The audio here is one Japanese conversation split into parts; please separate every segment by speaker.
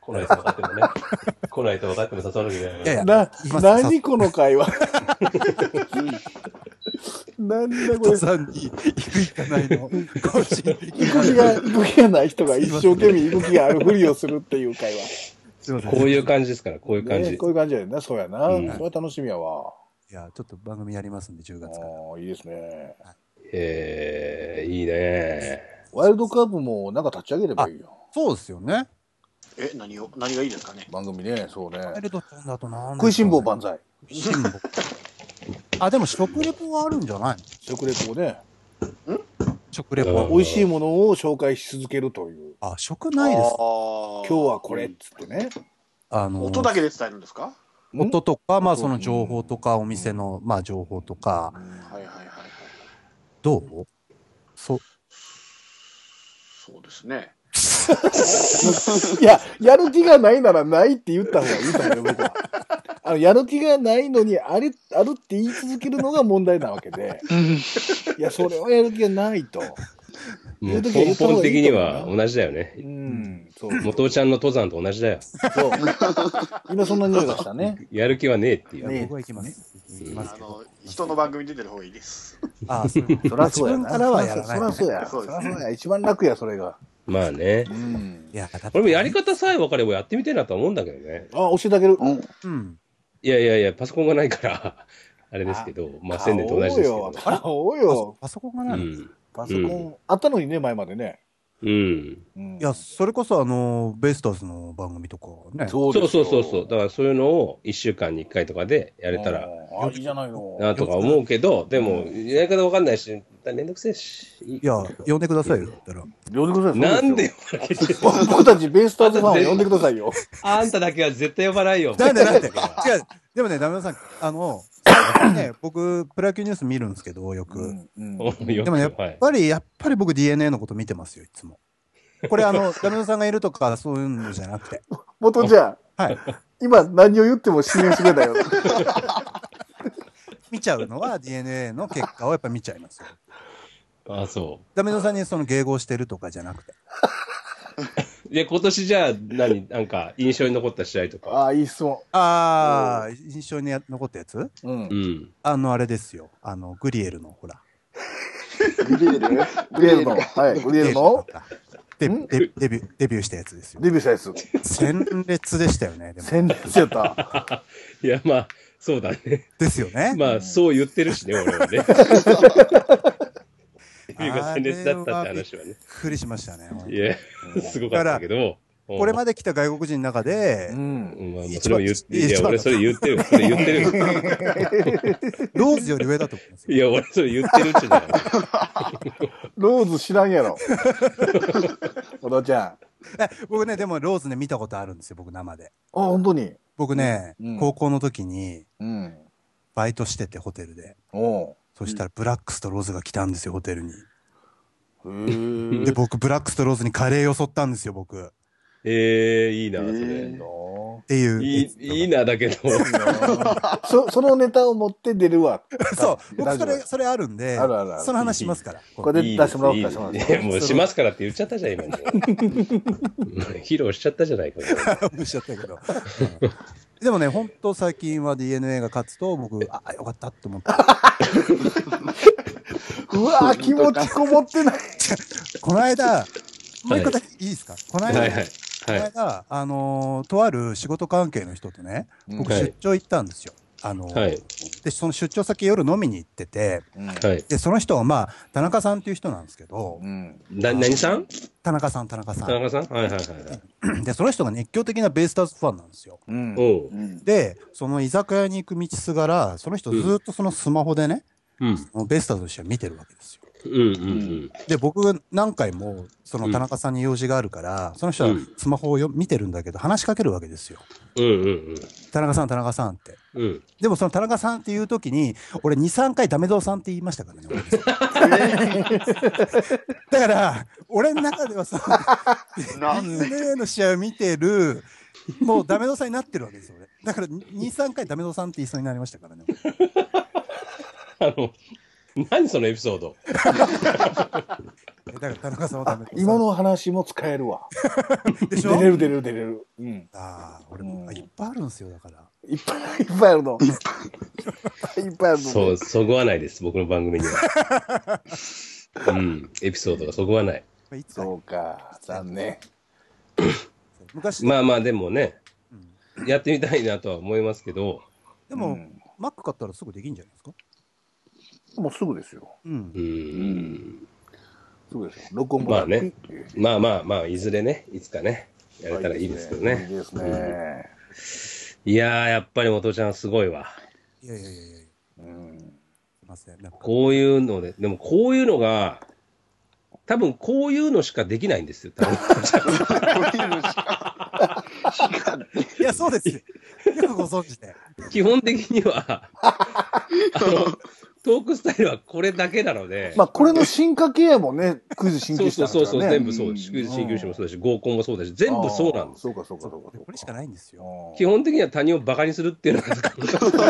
Speaker 1: 来ないと分かってもね。 来ないと分かっても誘わなきゃいけない。
Speaker 2: いやいや
Speaker 3: な
Speaker 2: 今、さ
Speaker 3: 何この 会話。なんだこ
Speaker 2: 人
Speaker 3: れ。
Speaker 2: さんに行く行かないの、個人的
Speaker 3: 行く気
Speaker 2: な。
Speaker 3: が、行く気がない人が一生懸命行く気があるふりをするっていう会話。
Speaker 2: すいません。
Speaker 1: こういう感じですから、こういう感
Speaker 3: ね
Speaker 1: じ。
Speaker 3: こういう感じやな、そうやな。
Speaker 1: うん
Speaker 3: それは楽しみやわ。
Speaker 2: いや、ちょっと番組やりますんで、10月から。
Speaker 3: あーいいですね。
Speaker 1: えー、いいね。
Speaker 3: ワイルドカップもなんか立ち上げればいいよ。
Speaker 2: そうですよね。
Speaker 4: え、何を、何がいいですかね。
Speaker 3: 番組ね、そうね。
Speaker 2: ワイルドさんだとなん
Speaker 3: 食いしん坊
Speaker 2: 番。
Speaker 3: 万歳。
Speaker 2: 食いし ん坊。あ、でも食レポはあるんじゃないの
Speaker 3: 食レポをね、
Speaker 2: 食レ
Speaker 1: うん
Speaker 2: ポ。
Speaker 3: 美味しいものを紹介し続けるという。
Speaker 2: あ、食ないです。
Speaker 4: 今
Speaker 3: 今日はこれっ。つってね。
Speaker 2: あの、
Speaker 4: 音だけで伝えるんですか
Speaker 3: ん
Speaker 2: 音とか、まあその情報とか、お店の、まあ情報とか、
Speaker 4: はいはいはいはい。
Speaker 2: どうそう。
Speaker 4: そうですね。
Speaker 3: いや、やる気がないならないって言った方がいいと思うよ、 僕は。あの、やる気がないのに、あれ、あるって言い続けるのが問題なわけで。いや、それはやる気がないと。
Speaker 1: もう
Speaker 3: そうい
Speaker 1: 根
Speaker 3: う時は言った方
Speaker 1: 本
Speaker 3: がい
Speaker 1: 的
Speaker 3: い
Speaker 1: に
Speaker 3: と思うな
Speaker 1: は同じだよね
Speaker 3: う。ん、そう
Speaker 1: 元ちゃんの登山と同じだよ。
Speaker 3: そう。今そんな匂いがしたね。
Speaker 1: やる気はねえっていう。
Speaker 3: ね
Speaker 2: 僕は行きます。行き
Speaker 4: あ
Speaker 2: ますけど
Speaker 4: の。、人の番組出てる方がいいです。
Speaker 2: あ、そういうこと
Speaker 3: そらそうや
Speaker 2: 自
Speaker 3: な。
Speaker 2: 分からはやらない
Speaker 3: そらそうや。
Speaker 4: そ
Speaker 3: そう
Speaker 4: です
Speaker 3: らそうや。一番楽や、それが。
Speaker 1: まあね。
Speaker 3: うん
Speaker 2: い。や、だって
Speaker 1: 俺もやり方さえ分かればやってみたいなとは思うんだけどね。
Speaker 3: あ、教えてあげる。
Speaker 4: うん。
Speaker 2: うん。
Speaker 1: いやいやいや、パソコンがないから、 あれですけど、まあ、宣伝と同じですけど。
Speaker 3: 買おう
Speaker 2: パ
Speaker 3: よ。買おうよ
Speaker 2: ソ。パソコンが
Speaker 1: う
Speaker 2: ないの
Speaker 1: ん。
Speaker 3: パソコン、あったのにね、前までね。
Speaker 1: うん。
Speaker 3: うん
Speaker 2: いや、それこそあの、ベイスターズの番組とかね。
Speaker 3: そ
Speaker 1: そう
Speaker 3: です
Speaker 1: そ
Speaker 3: よ
Speaker 1: うそうそう。だからそういうのを1週間に1回とかでやれたら、
Speaker 3: あーいいじゃないの。
Speaker 1: なとか思うけど、でも、やり方分かんないし、めんどくせえし。い
Speaker 2: いや、呼んでくださいよ、だったら。
Speaker 3: 呼んでください。
Speaker 1: なんでよ
Speaker 3: 僕たちベイスターズファンを呼んでくださいよ。
Speaker 1: あんただけは絶対呼ばないよ。
Speaker 2: なんでなんで違 う、でもね、ダメさん、あの、最近 ね、僕、プロ野球ニュース見るんですけど、よく。
Speaker 3: うん
Speaker 1: およく
Speaker 2: でもやっ
Speaker 1: はい
Speaker 2: ぱり、やっぱり僕 DNA のこと見てますよ、いつも。これあ の、ダメさんがいるとか、そういうのじゃなくて。
Speaker 3: 元じゃあ、
Speaker 2: はい。
Speaker 3: 今何を言っても信用してくれ ないよ。
Speaker 2: 見ちゃうのは DNA の結果をやっぱ見ちゃいますよ。
Speaker 1: あ、そ
Speaker 2: ダメさんにその迎合してるとかじゃなくて。
Speaker 1: う。いや、今年じゃあ、何、なんか、印象に残った試合とか。
Speaker 3: ああ、いい質問。
Speaker 2: あー、印象に残ったやつ
Speaker 3: うん
Speaker 1: う。ん。
Speaker 2: あの、あれですよ。あの、グリエルの、ほら。
Speaker 4: グリエルね。
Speaker 3: グリエルの、はい、グリエルの
Speaker 2: デ
Speaker 3: ん
Speaker 2: デデビュー、デビューしたやつですよ。
Speaker 3: デビューしたやつ。
Speaker 2: 鮮烈でしたよね、でも。
Speaker 3: 先日やった。
Speaker 1: いや、まあ、そうだね。
Speaker 2: ですよね。
Speaker 1: まあ、そう言ってるしね、俺はね。意味が鮮烈だったって話はね。
Speaker 2: びっくりしましたね。
Speaker 1: いや、すごかったけど。
Speaker 2: これま
Speaker 1: で。
Speaker 2: で来た外国人の中で
Speaker 3: う、ん。
Speaker 1: まあ、
Speaker 2: 一番
Speaker 1: それも言って、いや、
Speaker 2: 一番
Speaker 1: 俺それ言ってる。それ言ってる。
Speaker 2: ローズより上だと思いますよ
Speaker 1: い。や、俺それ言ってるってだから
Speaker 3: ローズ知らんやろ。元ちゃん。あ、
Speaker 2: 僕ね、でもローズね、見たことあるんですよ、僕生で。
Speaker 3: 本当に。
Speaker 2: 僕ね、
Speaker 3: うん
Speaker 2: 高校の時に、
Speaker 3: うん。
Speaker 2: バイトしてて、ホテルで。
Speaker 3: お
Speaker 2: そしたら、ブラックスとローズが来たんですよ、ホテルに。
Speaker 3: う。へ
Speaker 2: で、僕、ブラックスとローズにカレーよそったんですよ、僕。っ
Speaker 1: ええ、いいな、そ
Speaker 4: え
Speaker 1: れ。
Speaker 3: そ
Speaker 2: ていう。
Speaker 1: いい、いいな、だけど。
Speaker 3: そのネタを持って出るわ。
Speaker 2: そう、僕、
Speaker 3: ラジ
Speaker 2: そ
Speaker 3: オ
Speaker 2: れ、それあるんで、
Speaker 3: あるあるある
Speaker 2: その話しますから。
Speaker 3: これで出してもらおうか、出してもらおう
Speaker 1: い
Speaker 3: か
Speaker 1: いいやもうしますからって言っちゃったじゃん、今もう。 披露しちゃったじゃないか。
Speaker 2: 無視しちゃったけど。うんでもね、ほんと最近は DNA が勝つと、僕、ああ、よかったって思って。
Speaker 3: うわー気持ちこもってない。
Speaker 2: この間、もう一個だけいいですか、この
Speaker 1: はい
Speaker 2: 間、
Speaker 1: はい。はい。
Speaker 2: この間、あのーとある仕事関係の人とね、僕
Speaker 1: うんはい
Speaker 2: 出張行ったんですよ。あのー
Speaker 1: はい。
Speaker 2: で、その出張先夜飲みに行ってて、
Speaker 1: はい。
Speaker 2: で、その人はまあ、田中さんっていう人なんですけど、
Speaker 3: うん。
Speaker 1: な、何さん
Speaker 2: 田中さん、田中さ
Speaker 1: 田中さんはいはいはいはい。
Speaker 2: ん。で、その人が熱狂的なベイスターズファンなんですよ。
Speaker 3: うん。
Speaker 1: おう。
Speaker 4: うん。
Speaker 2: で、その居酒屋に行く道すがら、その人ずーっとそのスマホでね、
Speaker 1: うん。
Speaker 2: ベイスターズの試合見てるわけですよ。
Speaker 1: うんうん
Speaker 2: で、僕何回も、その田中さんに用事があるから、その人はスマホをよ見てるんだけど、話しかけるわけですよ。
Speaker 1: うん。うんうん
Speaker 2: 田中さん、田中さんって。
Speaker 1: うん。うん。
Speaker 2: でもその田中さんっていう時に、俺2、3回ダメぞさんって言いましたからね。俺だから、俺の中ではそ の、
Speaker 4: なんで
Speaker 2: DNA の試合を見てる、もうダメぞさんになってるわけですよ、俺。だから、2、3回ダメぞさんって言いそうになりましたからね。
Speaker 1: あの、何そのエピソード。
Speaker 2: だから田中さんはダ
Speaker 3: あ
Speaker 2: メ。
Speaker 3: 今の話も使えるわ。
Speaker 2: で
Speaker 3: 出
Speaker 2: しょ
Speaker 3: れる出れる出れる。うん。
Speaker 2: ああ、俺も、
Speaker 3: うん
Speaker 2: あいっぱいあるんですよ、だから。
Speaker 3: いっぱいいっぱいあるの。いっぱいいっぱいあるの。
Speaker 1: そう、そぐわないです、僕の番組には。 うん、エピソードがそぐわない。
Speaker 2: まあいつか
Speaker 3: そうか。残念。
Speaker 2: 昔、
Speaker 1: まあまあ、でもね、
Speaker 2: うん
Speaker 1: やってみたいなとは思いますけど、
Speaker 2: でも、
Speaker 3: うん
Speaker 2: マック買ったらすぐできんじゃないですか。
Speaker 3: もうすぐですよ。
Speaker 2: うん
Speaker 1: う。ん、
Speaker 3: すぐですよ。録音ボ
Speaker 1: ま
Speaker 3: タ
Speaker 1: あ
Speaker 3: ン
Speaker 1: ね
Speaker 3: ピッて
Speaker 1: まあまあまあ、いずれね、いつかね、やれたらいいですけどね
Speaker 3: いい。ですね。
Speaker 1: いやー、やっぱり元ちゃんはすごいわ。
Speaker 2: いやいやいやいや、す
Speaker 3: うん。
Speaker 2: いません。なんか、
Speaker 1: こういうので、でもこういうのが、多分こういうのしかできないんですよ、多分。
Speaker 2: いや、そうですよ。よくご存知で。
Speaker 1: 基本的に は、あの、トークスタイルはこれだけなので、
Speaker 3: まあ、これの進化系もね、クイズ進
Speaker 1: そ
Speaker 3: 級
Speaker 1: う
Speaker 3: した
Speaker 1: そ
Speaker 3: ん
Speaker 1: う
Speaker 3: です
Speaker 1: そ
Speaker 3: か
Speaker 1: うそ
Speaker 3: ら
Speaker 1: う、
Speaker 3: ね
Speaker 1: 全部そう、祝日請求書もそうだし、合コンもそうだし、全部そうなんです。
Speaker 3: そうか、そうか、
Speaker 2: そ
Speaker 3: そうか
Speaker 2: う。これしかないんですよ。
Speaker 3: うん
Speaker 1: 基本的には他人をバカにするっていうのが、 基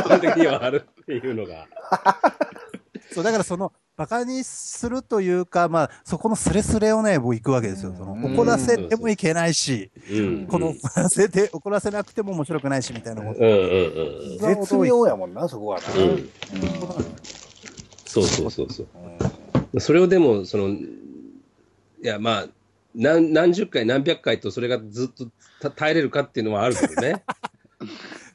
Speaker 1: 本的にはあるっていうのが。
Speaker 2: そう、だからその、バカにするというか、まあ、そこのスレスレをね、僕行くわけですよ。その、
Speaker 3: うん
Speaker 2: 怒らせてもいけないし、
Speaker 1: うん。
Speaker 2: この
Speaker 1: うん
Speaker 2: 怒らせて、怒らせなくても面白くないし、みたいなこと。
Speaker 1: うんうん
Speaker 3: 絶妙やもんな、そこはな。
Speaker 1: うん。う
Speaker 3: うん
Speaker 1: ん。そうそうそうそう。
Speaker 3: う
Speaker 1: それをでも、その、いや、まあ、何何十回、何百回とそれがずっとた耐えれるかっていうのはあるけどね。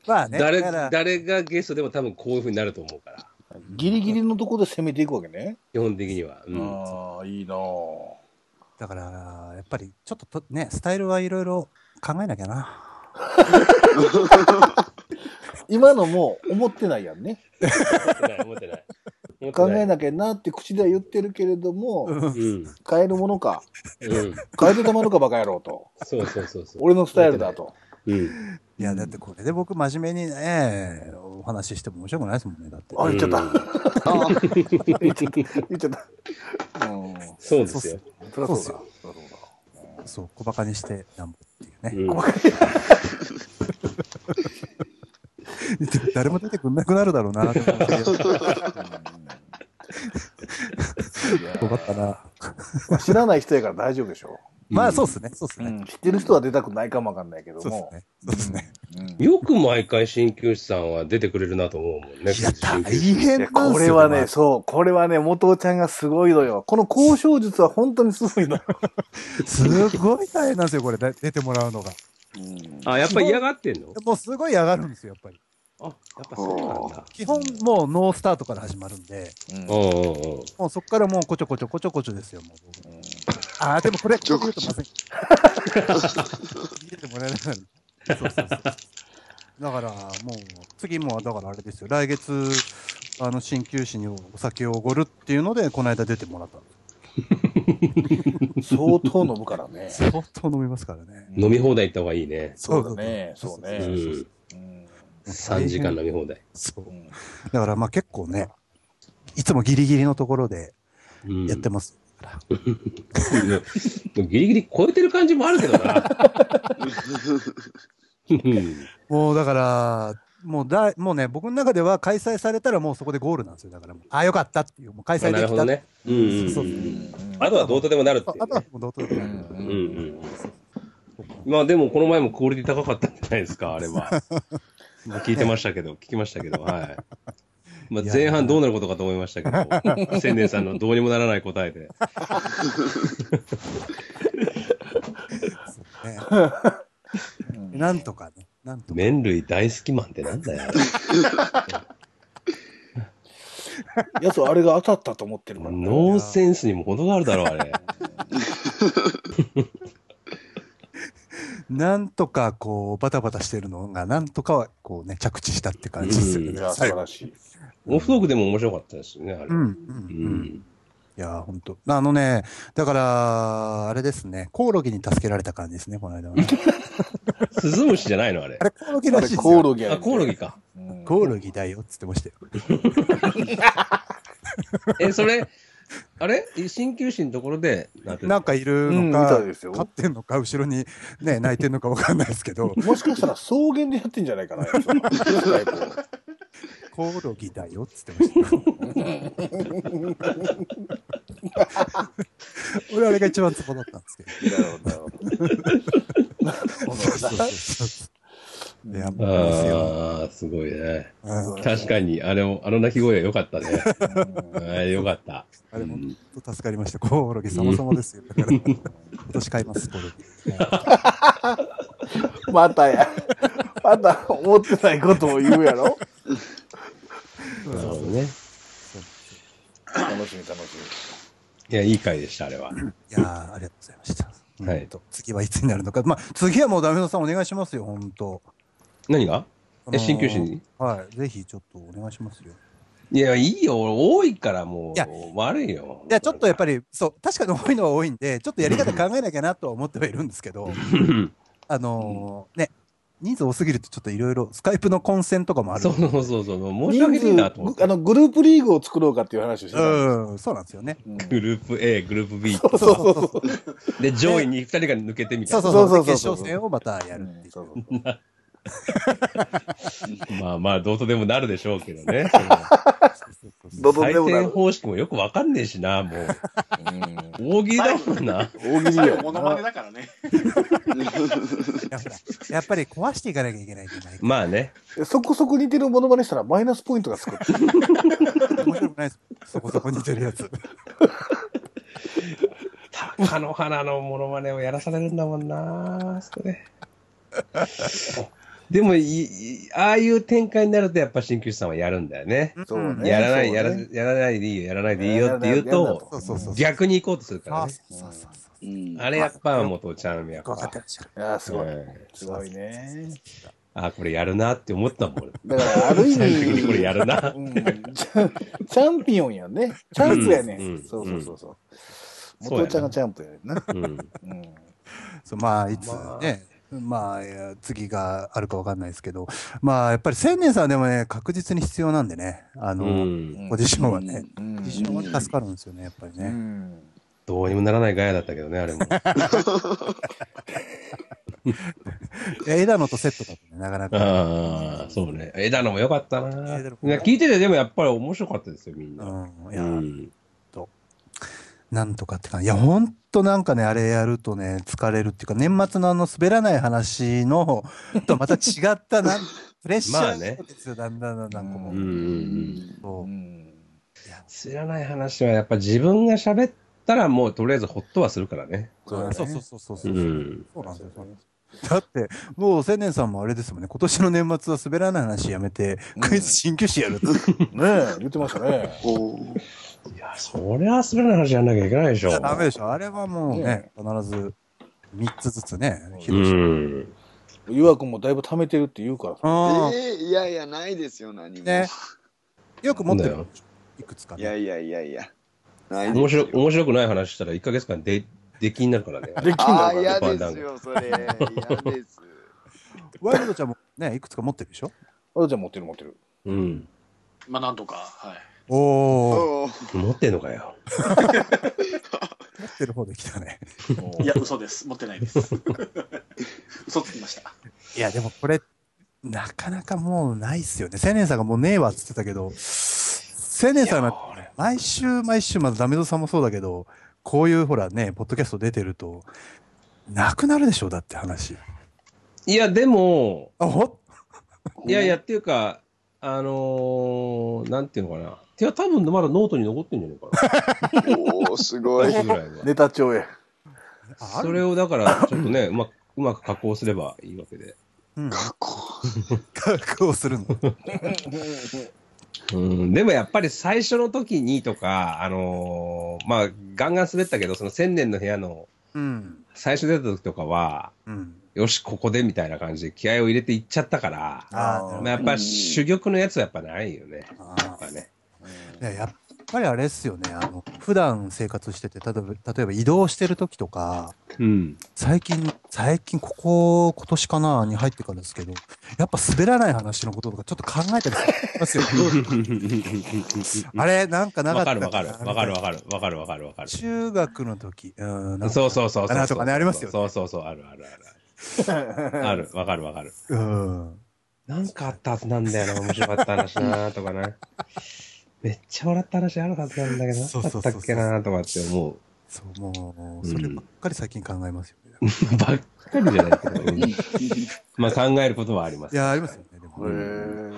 Speaker 2: まあね、
Speaker 1: 誰、
Speaker 2: だから
Speaker 1: 誰がゲストでも多分こういうふうになると思うから、
Speaker 3: んギリギリのところで攻めていくわけね。
Speaker 1: 基本的には。うん。
Speaker 3: ああ、いいなぁ。
Speaker 2: だから、やっぱり、ちょっととね、スタイルはいろいろ考えなきゃな。
Speaker 3: 今のも思ってないやんね。
Speaker 1: 思ってない、思ってない。思って
Speaker 3: 考
Speaker 1: ない
Speaker 3: えなきゃなって口では言ってるけれども、
Speaker 1: うん。
Speaker 3: 変えるものか、
Speaker 1: うん。
Speaker 3: 変えてたまるかバカ野郎と。
Speaker 1: そうそうそうそう。
Speaker 3: 俺のスタイルだと。
Speaker 1: うん。
Speaker 2: いや、だってこれで僕真面目にね、お話ししても面白くないですもんね、だって。
Speaker 3: あ、言っちゃった。
Speaker 4: あ
Speaker 3: 言っちゃった。言っちゃった。うん。
Speaker 1: そうですよ。
Speaker 3: そりゃそうだ。そりゃ
Speaker 2: そう、小馬鹿にしてなんぼっていうね。
Speaker 1: うん
Speaker 2: 誰も出てくんなくなるだろうな、と思って。
Speaker 3: そうだうんいや
Speaker 2: よかったな。
Speaker 3: まあ知らない人やから大丈夫でしょ
Speaker 2: まあ、そうですね、そうです
Speaker 3: う。
Speaker 2: ね。
Speaker 3: 知ってる人は出たくないかもわかんないけど
Speaker 2: そうで
Speaker 3: も
Speaker 2: す。ね。そうですね。
Speaker 3: うん
Speaker 1: よく毎回鍼灸師さんは出てくれるなと思うもんね。
Speaker 2: いや、大
Speaker 1: 鍼灸師
Speaker 2: 変
Speaker 3: い
Speaker 2: な
Speaker 3: や
Speaker 2: んですよ。
Speaker 3: これは
Speaker 2: ま
Speaker 3: ね、
Speaker 2: あ
Speaker 3: そう、これはね、元尾ちゃんがすごいのよ。この交渉術は本当にすごいのよ。
Speaker 2: すごい大変なんですよ、これ、だ出てもらうのが。
Speaker 1: あ、やっぱり嫌がってんの
Speaker 2: もうすごい嫌がるんですよ、やっぱり。
Speaker 1: あ、やっぱそうなんだ。
Speaker 2: 基本、もうノースタートから始まるんで、
Speaker 3: うん
Speaker 1: うんうんうん。
Speaker 2: もうそこからもうこちょこちょこちょこちょですよ、もう僕。ああ、でもこれ、ここ言うとまず い。見てもらえない。そうそうそう。だから、もう、次も、だからあれですよ、来月、あの、鍼灸師にお酒をおごるっていうので、この間出てもらったんです
Speaker 3: 相当飲むか らね。
Speaker 2: 相当飲みますからね。
Speaker 1: 飲み放題行った方がいいね。
Speaker 3: そうだねそう
Speaker 1: う
Speaker 3: ね
Speaker 1: ん。
Speaker 3: うん
Speaker 1: 3時間飲み放題。
Speaker 2: そう
Speaker 3: う。ん
Speaker 2: だから、まあ結構ね、いつもギリギリのところで
Speaker 1: うん
Speaker 2: やってます。
Speaker 1: もうギリギリ超えてる感じもあるけど な。うん
Speaker 2: もうだから、もうだ、もうね、僕の中では開催されたらもうそこでゴールなんですよ。だからもう、ああ、よかったっていう、もう開
Speaker 1: あ
Speaker 2: 催
Speaker 1: な
Speaker 2: で
Speaker 1: る
Speaker 2: き
Speaker 1: ほ
Speaker 2: た
Speaker 1: ど
Speaker 2: って
Speaker 1: ね。
Speaker 2: いう。
Speaker 1: うんうん。
Speaker 2: そううそうん
Speaker 3: あ
Speaker 1: あとはどうとでもなるっていう
Speaker 2: ああとは
Speaker 1: ね。
Speaker 2: もうどうとでもなる
Speaker 3: う
Speaker 1: うんんうん。まあでもこの前もクオリティ高かったんじゃないですか、あれ は。まあ聞いてましたけど、聞きましたけど、はい。まあ
Speaker 2: いや
Speaker 1: 前半どうなることかと思いましたけ ど、千年さんのどうにもならない答えで。
Speaker 2: ね
Speaker 3: う ん
Speaker 2: なんとかね、なんとか。
Speaker 1: 麺類大好きマンってなんだよ。
Speaker 3: やつはあれが当たったと思ってるからね。
Speaker 1: ノーセンスにも程があるだろ、あれ。
Speaker 2: なんとかこう、バタバタしてるのが、なんとかはこうね、着地したって感じですよ
Speaker 1: うん
Speaker 3: い
Speaker 2: ね
Speaker 3: や、。素
Speaker 2: 最
Speaker 3: 晴
Speaker 2: 後
Speaker 3: らしい。
Speaker 1: オフトークでも面白かったですね、あれ。
Speaker 2: うん、うん、
Speaker 1: う
Speaker 2: うん。
Speaker 1: ん。
Speaker 2: いや、本当あのね、だから、あれですね、コオロギに助けられた感じですね、この間はね。
Speaker 1: スズムシじゃないの、あれ
Speaker 2: あ。れ、コオロギ
Speaker 3: あ
Speaker 2: らしい
Speaker 3: れ、
Speaker 2: です
Speaker 3: コオ
Speaker 2: よ。
Speaker 3: ロギやね
Speaker 1: あ、
Speaker 3: んけ
Speaker 1: コオロギ。か。
Speaker 3: うん
Speaker 2: コオロギだよ、っつってましたよ。
Speaker 1: え、それ、あれ鍼灸師のところで、なんていうの
Speaker 2: なんかいる
Speaker 3: うん
Speaker 2: の
Speaker 3: み
Speaker 2: か、
Speaker 3: たいですよ、
Speaker 2: 飼ってんのか、後ろにね、泣いてんのかわかんないですけど
Speaker 3: もしかしたら草原でやってんじゃないかな、やつはスカイプを
Speaker 2: コオロギだよ、っつってましたよ。俺あれが一番ツボだったんですけど。
Speaker 3: なるほど、なるほ
Speaker 2: そ
Speaker 3: ど。
Speaker 2: うそうそうそう。いや、もういいですよ。
Speaker 1: ああ、すごいね。
Speaker 2: うん
Speaker 1: 確かに、あれも、あの鳴き声は良か ったね。はい、良かった。
Speaker 2: あれ、本当助かりました。コオロギ様々ですよ。だから、今年買います、これ。
Speaker 3: またや。また思ってないことを言うやろ
Speaker 1: なるほどね。
Speaker 3: 楽しみ、楽し
Speaker 1: いや、いい回でした、あれは。
Speaker 2: いやー、ありがとうございました。
Speaker 1: はい
Speaker 2: うんと次はいつになるのか。まあ、次はもうダメノさんお願いしますよ、本当。
Speaker 1: 何が
Speaker 2: あの
Speaker 1: え、
Speaker 2: ー
Speaker 1: 鍼灸師に
Speaker 2: はい。ぜひ、ちょっとお願いしますよ。
Speaker 1: いや、いいよ。俺多いから、も
Speaker 2: いや
Speaker 1: う、悪いよ。
Speaker 2: いや、ちょっとやっぱり、そう、確かに多いのは多いんで、ちょっとやり方考えなきゃなとは思ってはいるんですけど、あのーね、人数多すぎるとちょっといろいろ、スカイプの混戦とかもある
Speaker 1: そうそうそうそう、
Speaker 3: み。
Speaker 1: 申し訳ねえなと思っ
Speaker 3: 人数、
Speaker 1: て。
Speaker 3: あの、グループリーグを作ろうかっていう話をしてたん
Speaker 2: うん、そうなんですよね。
Speaker 3: です。
Speaker 1: グループ A、グループ B
Speaker 3: うんそうそうそうそう。
Speaker 1: で上位に2人が抜けてみた
Speaker 2: そ
Speaker 1: いうな。
Speaker 2: そうそう
Speaker 3: そうそうそう
Speaker 2: で決勝戦をまたやるっていう。
Speaker 3: うんそうそう
Speaker 1: まあまあ、どうとでもなるでしょうけど ね。
Speaker 2: そうそうそう
Speaker 3: どうぞ
Speaker 1: 対
Speaker 3: でもな
Speaker 1: 戦
Speaker 3: る。
Speaker 1: 方式もよくわかんねえしな、もう。大喜利だもんな。
Speaker 3: 大喜利
Speaker 4: 最後
Speaker 3: よ。
Speaker 4: モノマネだからね。
Speaker 2: やっぱりやっぱり壊していかなきゃいけないじゃないか。
Speaker 1: まあね。
Speaker 3: そこそこ似てるモノマネしたらマイナスポイントが つ
Speaker 2: 面
Speaker 3: く。
Speaker 2: 白くないです。そこそこ似てるやつ。
Speaker 1: 鷹の花のモノマネをやらされるんだもんな、あそこで。でもいい、ああいう展開になると、やっぱ鍼灸師さんはやるんだよね。
Speaker 3: そうね
Speaker 1: やらない、
Speaker 3: そう
Speaker 1: やら
Speaker 3: ね
Speaker 1: やらないでいいよ、やらないでいいよって言う
Speaker 3: やらないやらない
Speaker 1: と、
Speaker 2: そうそうそう。
Speaker 1: 逆に行こうとするから
Speaker 2: あ
Speaker 1: ね。
Speaker 2: そうそうそう。
Speaker 4: うん
Speaker 1: あれやっぱ元ちゃんやっ
Speaker 2: 分か
Speaker 1: ぱ
Speaker 2: って。らっしゃる。
Speaker 3: いやー、すごい。
Speaker 1: うん
Speaker 3: すご いね。
Speaker 1: あ、これやるなって思ったもん。
Speaker 3: だから、ある 意
Speaker 1: 最終的にこれや
Speaker 3: 味、
Speaker 1: るな。
Speaker 3: うんチャチャンピオンやんね。チャンスやね
Speaker 1: うん
Speaker 3: ん。そうそうそうそう。
Speaker 1: うん
Speaker 3: 元ちゃんがチャンプやねんな。
Speaker 1: うん。
Speaker 3: うん
Speaker 2: そうまあいつ
Speaker 1: まあ
Speaker 2: ね、まあ、いや次があるかわかんないですけど、まあやっぱり千年さんはでもね、確実に必要なんでね、あ
Speaker 1: う
Speaker 2: の、
Speaker 1: ん。
Speaker 2: ポジションはね、
Speaker 3: うん
Speaker 2: ポジションは助かるんですよね、やっぱり
Speaker 3: う
Speaker 2: ね。
Speaker 3: ん
Speaker 1: どうにもならないガヤだったけどね、あれも。
Speaker 2: いや枝野とセットだとね、なかな か。
Speaker 1: ああ、そうね。枝野も良かったな。い
Speaker 2: 枝野
Speaker 1: や聞いてて、でもやっぱり面白かったですよ、みんな。
Speaker 2: うん、いうや、
Speaker 1: ん。
Speaker 2: なんとかって感じ。いや、ほんとなんかね、あれやるとね、疲れるっていうか、年末のあの滑らない話の、とまた違ったな、 プレッシ
Speaker 1: まあ
Speaker 2: ャ
Speaker 1: ね
Speaker 2: ーですよ、だんだんだんだんこ
Speaker 1: う
Speaker 2: う。
Speaker 1: んうんうん。
Speaker 2: そう
Speaker 1: 知らない話はやっぱ自分が喋ったらもうとりあえずほっとはするからね。
Speaker 3: そうだね
Speaker 2: そうそうそうそう
Speaker 1: う
Speaker 2: そう。
Speaker 1: ん。
Speaker 2: そうなんですよ。 だって、もう千年さんもあれですもんね、今年の年末は滑らない話やめて、クイズ新教師やるって。
Speaker 3: ねえ、言ってましたね。
Speaker 4: おー
Speaker 1: いや、そりゃ滑らない話やんなきゃいけないでしょ。
Speaker 2: ダメでしょ。あれはもうね、必ず3つずつね、披
Speaker 1: う
Speaker 2: 露して。
Speaker 1: ん。
Speaker 3: ゆわくんもだいぶ貯めてるって言うからさ。
Speaker 2: あ
Speaker 5: えーいやいや、ないですよ、何
Speaker 2: あ、
Speaker 5: も。
Speaker 2: ね。よく持って
Speaker 1: だ
Speaker 2: る
Speaker 1: よ。
Speaker 2: いくつか
Speaker 5: いや
Speaker 2: ね。
Speaker 5: いやいやいや。ない
Speaker 1: 面
Speaker 5: です
Speaker 1: 白
Speaker 5: よ
Speaker 1: い、。面白くない話したら1ヶ月間で、出禁になるからね。
Speaker 3: できん
Speaker 5: ああ、
Speaker 3: の
Speaker 5: 嫌
Speaker 3: か
Speaker 5: ですよ、それ。嫌です。
Speaker 2: ワイルドちゃんもね、いくつか持ってるでしょ
Speaker 3: あるちゃん持ってる持ってる。
Speaker 1: うん。
Speaker 4: まあなんとか、はい。
Speaker 2: おお、
Speaker 5: おー
Speaker 1: 持ってんのかよ。
Speaker 2: 持ってる方で来たね。
Speaker 4: いや、嘘です。持ってないです。嘘つきました。
Speaker 2: いや、でもこれ、なかなかもうないっすよね。千年さんがもうねえわっつってたけど、千年さんが毎週毎週、まずダメドさんもそうだけど、こういうほらね、ポッドキャスト出てると、なくなるでしょ、だって話。
Speaker 1: いや、でも、
Speaker 2: あ、ほ
Speaker 1: いやいや、っていうか、あのー、なんていうのかな。てか、多分まだノートに残ってんじゃないかな。
Speaker 5: おー、すごい。
Speaker 1: 私ぐらいは。
Speaker 3: ネタ帳 へ。
Speaker 2: あ
Speaker 1: それをだから、ちょっとね、うまく、うまく加工すればいいわけで。
Speaker 2: うん、
Speaker 5: 学校。
Speaker 2: 格好するの。
Speaker 1: うん、でもやっぱり最初の時にとか、あのーまあ、ガンガン滑ったけど、その千年の部屋の
Speaker 2: うん。
Speaker 1: 最初出た時とかは、
Speaker 2: うん。
Speaker 1: よし、ここでみたいな感じで気合を入れていっちゃったから、
Speaker 2: あー
Speaker 3: あー
Speaker 1: まあ、やっぱ主玉のやつはやっぱないよね。
Speaker 2: あ
Speaker 1: やっぱね。
Speaker 2: ーいややっぱりあれっすよね、あの、普段生活してて、例えば、例えば移動してる時とか、
Speaker 1: うん。
Speaker 2: 最近、最近、ここ、今年かなに入ってからですけど、やっぱ滑らない話のこととかちょっと考えたりしますよ。あれ、なんかなか
Speaker 1: わ
Speaker 2: っ
Speaker 1: か
Speaker 2: た
Speaker 1: るわかる。わかるわ
Speaker 2: る。
Speaker 1: かる。わかるわかるわかる。
Speaker 2: 中学の時、うん、なんか
Speaker 1: そうそうそうそう。
Speaker 2: あなんとかねありますよね
Speaker 1: そうそうそう。あるあるあ る。ある。わかるわかる。
Speaker 2: うん。
Speaker 1: なんかあったはずなんだよな。面白かった話なとかね。めっちゃ笑った話あるはずなんだけど、
Speaker 2: そう
Speaker 1: 何だ
Speaker 2: そ
Speaker 1: っ
Speaker 2: うそうそ
Speaker 1: た
Speaker 2: う
Speaker 1: っけなとかって思う。
Speaker 2: そう、も
Speaker 1: う
Speaker 2: う、
Speaker 1: ん
Speaker 2: そればっかり最近考えますよね。
Speaker 1: ばっかりじゃないけど、うん まあ考えることはあります。
Speaker 2: いや、ありますよね、でも。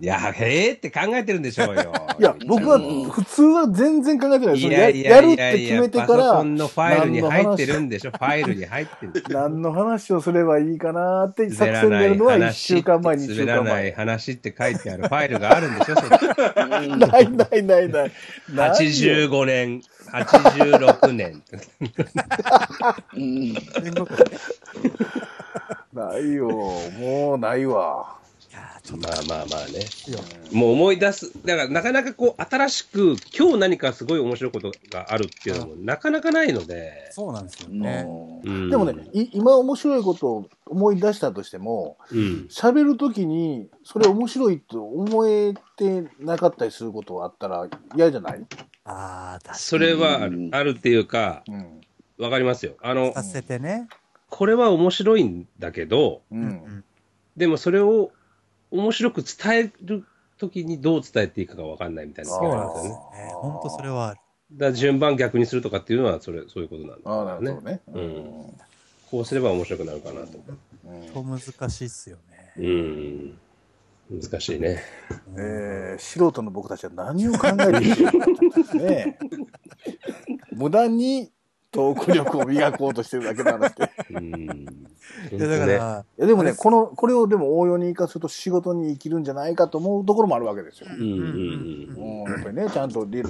Speaker 1: いや、へえって考えてるんでしょうよ。
Speaker 3: いや、僕は
Speaker 1: もう
Speaker 3: 普通は全然考えてないです。
Speaker 1: い
Speaker 3: その
Speaker 1: や
Speaker 3: や
Speaker 1: いや
Speaker 3: やる
Speaker 1: い
Speaker 3: っ
Speaker 1: や
Speaker 3: て
Speaker 1: い
Speaker 3: 決め
Speaker 1: や、
Speaker 3: て
Speaker 1: パソ
Speaker 3: か
Speaker 1: コ
Speaker 3: ら、
Speaker 1: ンのファイルに入ってるんでしょ。ファイルに入ってる。
Speaker 3: 何の話をすればいいかなって 作戦でやるのは1週間前、2週
Speaker 1: 滑ら
Speaker 3: 間
Speaker 1: ない
Speaker 3: 前。
Speaker 1: 話って書いてあるファイルがあるんでしょ。そっち
Speaker 3: ないないないない。ないよ
Speaker 1: 85年、86年。
Speaker 4: うん
Speaker 2: 年後からね
Speaker 3: ないよ。もうないわ。
Speaker 2: いやー、ちょっ
Speaker 1: まあまあまあね。
Speaker 2: とよ。
Speaker 1: もう思い出す。だからなかなかこう新しく今日何かすごい面白いことがあるっていうのもなかなかないので。
Speaker 2: そうなんですよね。
Speaker 4: も
Speaker 1: で
Speaker 3: でもね、い今面白いことを思い出したとしても、
Speaker 1: うん。
Speaker 3: 喋るときに、それ面白いと思えてなかったりすることがあったら嫌じゃない
Speaker 2: ああ、確
Speaker 1: それはあ
Speaker 4: う
Speaker 1: る
Speaker 4: ん
Speaker 1: あるっていうか、
Speaker 3: うん。
Speaker 1: わかりますよ。あの
Speaker 2: か、にさせてね。
Speaker 1: これは面白いんだけど、
Speaker 3: う。
Speaker 2: うん
Speaker 1: でもそれを面白く伝えるときにどう伝えていいかがわかんないみたいな。
Speaker 2: そうなんですよね
Speaker 3: あ。ー
Speaker 2: 本当それはある。
Speaker 1: だから順番逆にするとかっていうのは、それ、そういうことなん
Speaker 3: ああ、な
Speaker 1: だ
Speaker 3: る
Speaker 1: よ
Speaker 3: ほど
Speaker 1: ね。
Speaker 3: ね。
Speaker 1: うんこうすれば面白くなるかなと。
Speaker 3: うん
Speaker 2: と難しいっすよね。
Speaker 1: うん。難しいね。
Speaker 3: えー素人の僕たちは何を考えているのか ねえ無駄にトーク力を磨こうとしてるだけの話 で。
Speaker 1: うん。
Speaker 2: いや、だ
Speaker 1: 本
Speaker 2: から、
Speaker 3: いやで
Speaker 2: そ
Speaker 3: もね、
Speaker 2: うです
Speaker 3: この、これをでも応用に生かすと仕事に生きるんじゃないかと思うところもあるわけですよ。
Speaker 1: 当ね、うんうんうん
Speaker 3: うん、やっぱりね、ちゃんと理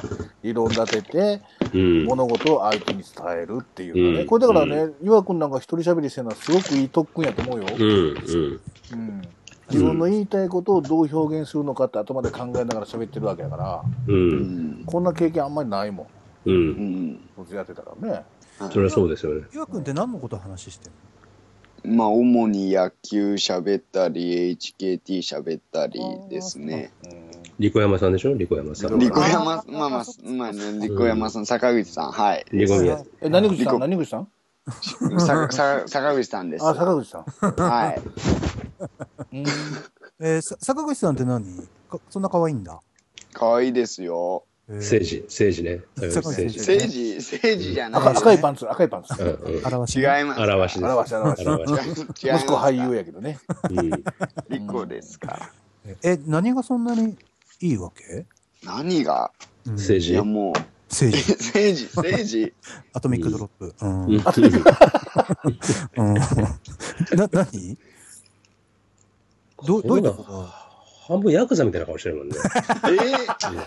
Speaker 3: 理論立てて、
Speaker 1: うん。
Speaker 3: 物事を相手に伝えるっていうかね。
Speaker 1: うん
Speaker 3: これだからね、ゆわくんなんか一人喋りしてるのはすごくいい特訓やと思うよ。
Speaker 1: うんうん。
Speaker 3: うん自分の言いたいことをどう表現するのかって後まで考えながら喋ってるわけだから、
Speaker 1: うん。
Speaker 3: こんな経験あんまりないもん。
Speaker 1: うん。
Speaker 3: 卒やってたからね。
Speaker 1: それはそうですよね。
Speaker 2: 岩くんって何のこと話してる
Speaker 5: まあ主に野球喋ったり HKT 喋ったりですね。
Speaker 1: リコ山さんでしょリコ山さん。
Speaker 5: リ
Speaker 1: リコ
Speaker 5: コ山まあまあまあねリコ山さん坂口さんはい。
Speaker 1: 宮。
Speaker 3: え、何口さ
Speaker 5: リコ
Speaker 3: ん何口さん
Speaker 5: ささ坂口さんです。
Speaker 3: あ、
Speaker 5: は
Speaker 3: 坂口さん。
Speaker 5: い。
Speaker 3: うん
Speaker 2: のえー、さ坂口さんって何かそんな可愛いんだ。
Speaker 5: 可愛いですよ。
Speaker 2: えー
Speaker 1: 政治、政治ね。政治。
Speaker 5: 政治政治じゃな い
Speaker 3: 赤。赤いパンツ、赤いパンツ。
Speaker 1: うんうん。
Speaker 2: 表し
Speaker 5: 違
Speaker 2: ね。
Speaker 5: います。
Speaker 1: 表しです。
Speaker 3: 表し表し。
Speaker 1: 表し。
Speaker 5: し
Speaker 3: 息子俳優やけどね。
Speaker 1: うん
Speaker 5: リコですか。
Speaker 2: え、何がそんなにいいわけ
Speaker 5: 何が
Speaker 2: うん
Speaker 1: 政
Speaker 5: い
Speaker 1: 治
Speaker 5: や。もう
Speaker 2: 政治。
Speaker 5: 政治政 治
Speaker 2: アトミックドロップ。うん。
Speaker 1: う
Speaker 2: うんん。 な、何ど、どういったこと
Speaker 1: 半分ヤクザみたいな顔してるもんね。
Speaker 5: えー、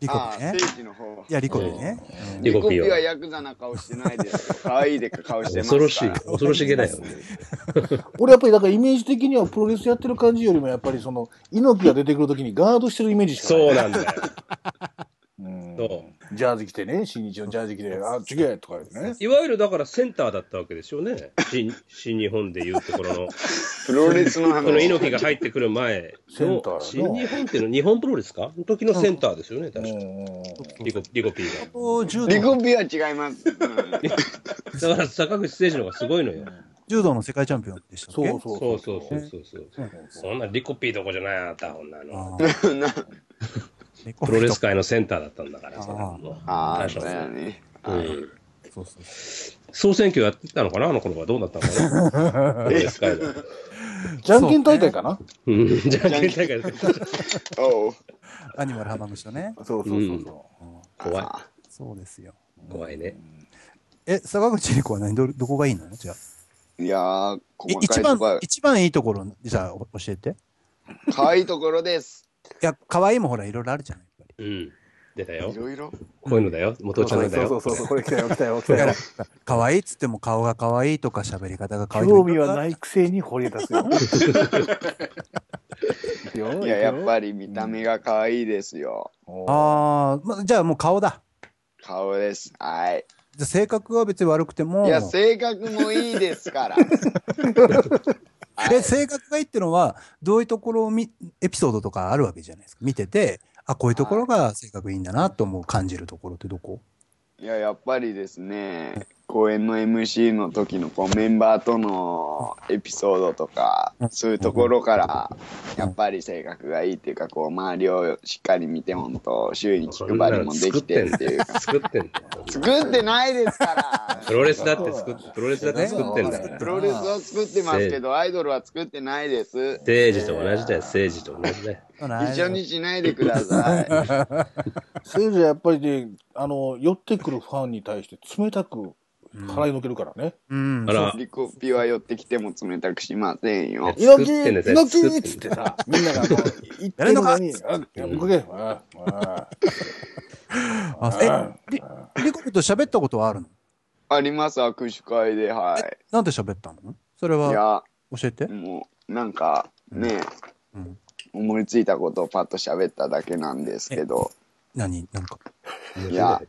Speaker 2: リコ
Speaker 5: あ
Speaker 2: ピね。
Speaker 5: 政治の方
Speaker 2: い。や、リコピね。うん
Speaker 5: リコピはヤクザな顔してないですよ。可愛いで顔してま
Speaker 1: 恐
Speaker 5: すから。
Speaker 1: ろしい。恐ろしげだ よね。
Speaker 3: 俺やっぱりだからイメージ的にはプロレスやってる感じよりもやっぱりその猪木が出てくるときにガードしてるイメージしかない。
Speaker 1: そうなんだよ。
Speaker 3: うん
Speaker 1: そ
Speaker 3: ジャージ着てね、新日のジャージ着て、あ、違えとか言ってね。
Speaker 1: いわゆるだからセンターだったわけですよね。新新日本でいうところの。
Speaker 5: プロレスの話。
Speaker 1: この猪木が入ってくる前
Speaker 3: センターや
Speaker 1: の新
Speaker 3: な
Speaker 1: 日本っていうのは日本プロレスかの時のセンターですよね、確か
Speaker 3: う
Speaker 1: リコリコピー
Speaker 2: お柔
Speaker 5: リ
Speaker 2: 道
Speaker 5: コピは違います。うん
Speaker 1: が。だから坂口選手の方がすごいのよ。
Speaker 2: 柔道の世界チャンピオンでしたっ
Speaker 3: そう
Speaker 2: け
Speaker 3: そう
Speaker 1: そう
Speaker 3: そう。
Speaker 1: そうそうそうそう。そんなリコピーどこじゃないあなた、こんなの。
Speaker 2: プ
Speaker 1: プロレス界のセンターだったんだから。そんなの
Speaker 5: ああ、
Speaker 1: 確
Speaker 5: そう
Speaker 1: かに
Speaker 5: だよね。
Speaker 1: うん
Speaker 2: そうそうそ
Speaker 1: 総選挙やってたのかなあの頃はどうだったのかなプロレス界の。
Speaker 3: じゃんけん大会かな
Speaker 1: うんじゃんけん大会です
Speaker 5: おう。
Speaker 2: う。アニマル浜口とね。
Speaker 3: そうそうそうそ
Speaker 1: 怖い。
Speaker 2: そうですよ。
Speaker 1: 怖いね。
Speaker 2: え、坂口リコは何ど、どこがいいのじゃあ。
Speaker 5: いやー、
Speaker 2: い一
Speaker 5: 細かいと
Speaker 2: 番
Speaker 5: こは、
Speaker 2: 一番いいところ、じゃあお教えて。
Speaker 5: 可愛いところです。
Speaker 2: いや、可愛いもほら、いろいろあるじゃない。やっぱ
Speaker 1: うん。出たよ
Speaker 5: い。ろいろ。
Speaker 1: こういうのだよ。元
Speaker 3: う。
Speaker 1: ちゃんのだよ。
Speaker 3: そうそうそうそう、これ来たよ、来たよ、来たよ。
Speaker 2: り可愛いっつっても顔が可愛いとか喋り方が可愛いとか。
Speaker 3: 興味はないくせに掘り出すよ。いくよ
Speaker 5: いや、やっぱ
Speaker 3: り。
Speaker 5: り見た目が可愛いですよ。
Speaker 2: ああ、まあ、じゃあもう顔だ。
Speaker 5: 顔です。はい。
Speaker 2: じゃあ性格は別に悪くても。
Speaker 5: いや、性格もいいですから。
Speaker 2: え性格がいいってのは、どういうところをみエピソードとかあるわけじゃないですか。見てて、あ、こういうところが性格いいんだなと思う、感じるところってどこ
Speaker 5: いや、やっぱりですね、公演の MC の時のこうメンバーとのエピソードとかそういうところからやっぱり性格がいいっていうかこう周りをしっかり見て本当周囲に気配りもできてっていうか
Speaker 1: 作ってんの。
Speaker 5: 作ってないですから
Speaker 1: プロレスだって作って、プロレスだって作ってんだから。
Speaker 5: プロレスは作ってますけどアイドルは作ってないです
Speaker 1: 政治と同じだよ、政治と同じだよ。
Speaker 5: 一緒にしないでくだ さい
Speaker 3: せいぜいやっぱりね、あの、寄ってくるファンに対して冷たく払いのけるからね。
Speaker 2: うん
Speaker 1: あ。ら、
Speaker 5: リコピは寄ってきても冷たくしませんよ
Speaker 1: 作
Speaker 3: 猪
Speaker 1: っ
Speaker 3: 木、
Speaker 1: てんだよ、
Speaker 3: 猪木
Speaker 1: 作
Speaker 3: っ
Speaker 1: って
Speaker 3: つ
Speaker 1: ん
Speaker 3: っ
Speaker 1: だ
Speaker 3: て
Speaker 1: よ。
Speaker 3: さ、みんながあの、言ってるのに、あ、動け、あ、あ、
Speaker 2: あえ、リリコ君と喋ったことはあるの
Speaker 5: あります握手会では
Speaker 2: なんで喋ったのそれ
Speaker 5: いい
Speaker 2: は
Speaker 5: や
Speaker 2: 教えて。
Speaker 5: もうなんかね
Speaker 2: うん。
Speaker 5: 思いついたことをパッと喋っただけなんですけど
Speaker 2: 何なんか。
Speaker 5: いや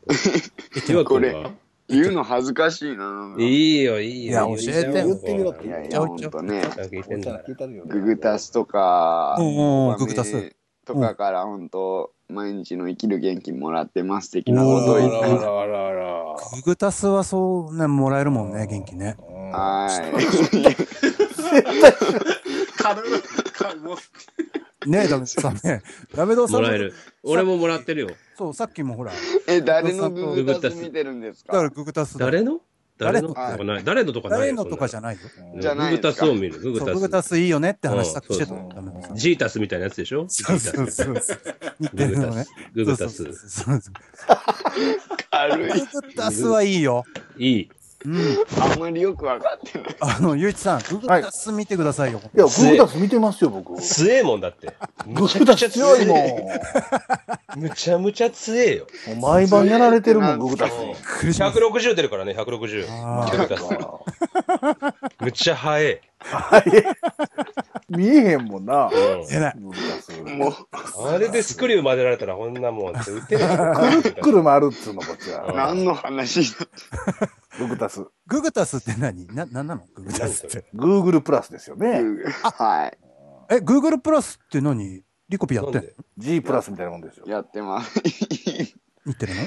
Speaker 1: ひわく
Speaker 5: こ
Speaker 1: ん
Speaker 5: れ
Speaker 1: は
Speaker 5: 言うの恥ずかしいな。
Speaker 1: いいよ、いいよ。
Speaker 2: いや教えてよ
Speaker 3: 言ってみろって
Speaker 5: いやい
Speaker 2: ち
Speaker 5: や、
Speaker 2: ょ
Speaker 5: ほ
Speaker 2: い
Speaker 5: ん
Speaker 2: ちょい
Speaker 5: とね、
Speaker 1: 聞いてんだから
Speaker 3: 聞いたるよね
Speaker 5: ググタスとか、
Speaker 2: おうおう
Speaker 5: ドバメ
Speaker 2: ググタス
Speaker 5: とかからほんと、毎日の生きる元気もらってます的なことを言って、
Speaker 3: らあらあら。
Speaker 2: ググタスはそうね、もらえるもんね、元気ね。
Speaker 5: は
Speaker 4: 軽い軽いもう
Speaker 2: ねえ、ダメさんね。ダメドさ
Speaker 1: も
Speaker 2: んも
Speaker 1: らえる。俺ももらってるよ。
Speaker 2: そう、さっきもほら。だ
Speaker 5: い。 え、誰のググタス見てるんです
Speaker 2: から
Speaker 5: か
Speaker 2: ググタスだ。
Speaker 1: 誰の誰
Speaker 2: 誰
Speaker 1: の
Speaker 2: の
Speaker 1: とかない。誰のとかない
Speaker 2: 誰
Speaker 1: よ。
Speaker 2: のとかじ
Speaker 1: ゃ
Speaker 2: ゃないよ。
Speaker 5: じゃない
Speaker 1: グ
Speaker 5: で
Speaker 1: ー
Speaker 5: す
Speaker 1: タス
Speaker 5: か
Speaker 1: を見る。グ
Speaker 2: そうグ
Speaker 1: ー
Speaker 2: グ
Speaker 1: タ
Speaker 2: タ
Speaker 1: ス。
Speaker 2: スいいよねって話
Speaker 1: うん
Speaker 2: さっきしてた
Speaker 1: そ
Speaker 2: の。ダメドさんね。
Speaker 1: ジータスみたいなやつでしょジ
Speaker 2: そう
Speaker 1: ー
Speaker 2: そう
Speaker 1: タス。
Speaker 2: そうそう。似て
Speaker 1: グ
Speaker 2: る
Speaker 1: グタ
Speaker 2: のね
Speaker 1: ス。。ググタス
Speaker 2: そう。そうそう
Speaker 5: 軽い。
Speaker 2: ググタスはいいよ。
Speaker 1: いい。
Speaker 2: うん。
Speaker 5: あんまりよくわかっ てない。
Speaker 2: あの、ゆういちさん、ググタス見てくださいよ。
Speaker 3: いや、グータス見てますよ、僕。グ
Speaker 1: 強えもんだって。
Speaker 3: ータス強いもん。
Speaker 1: むちゃむちゃ強えよ。
Speaker 3: もう毎晩やられてるもん、グータスに。
Speaker 2: びっくりします
Speaker 1: 160出るからね、160。
Speaker 2: あ
Speaker 1: グータス。むちゃ速え。
Speaker 3: 見えへんもんな。グ
Speaker 1: うん
Speaker 2: 出ない。
Speaker 3: ータス。
Speaker 5: もう、
Speaker 1: あれでスクリュー混ぜられたら、こんなもんって打てない。
Speaker 3: くるっくる回るっつうの、こっち は。
Speaker 5: 何の話だ
Speaker 3: グータス。
Speaker 2: ググタスって何な、なんなのググタスって。
Speaker 3: グーグルプラスですよね。
Speaker 5: は
Speaker 2: え、Google プラスって何リコピやって
Speaker 1: なん
Speaker 2: んの
Speaker 1: で
Speaker 3: G プラスみたいなもんですよ
Speaker 5: い。。やってます。
Speaker 2: 似てるの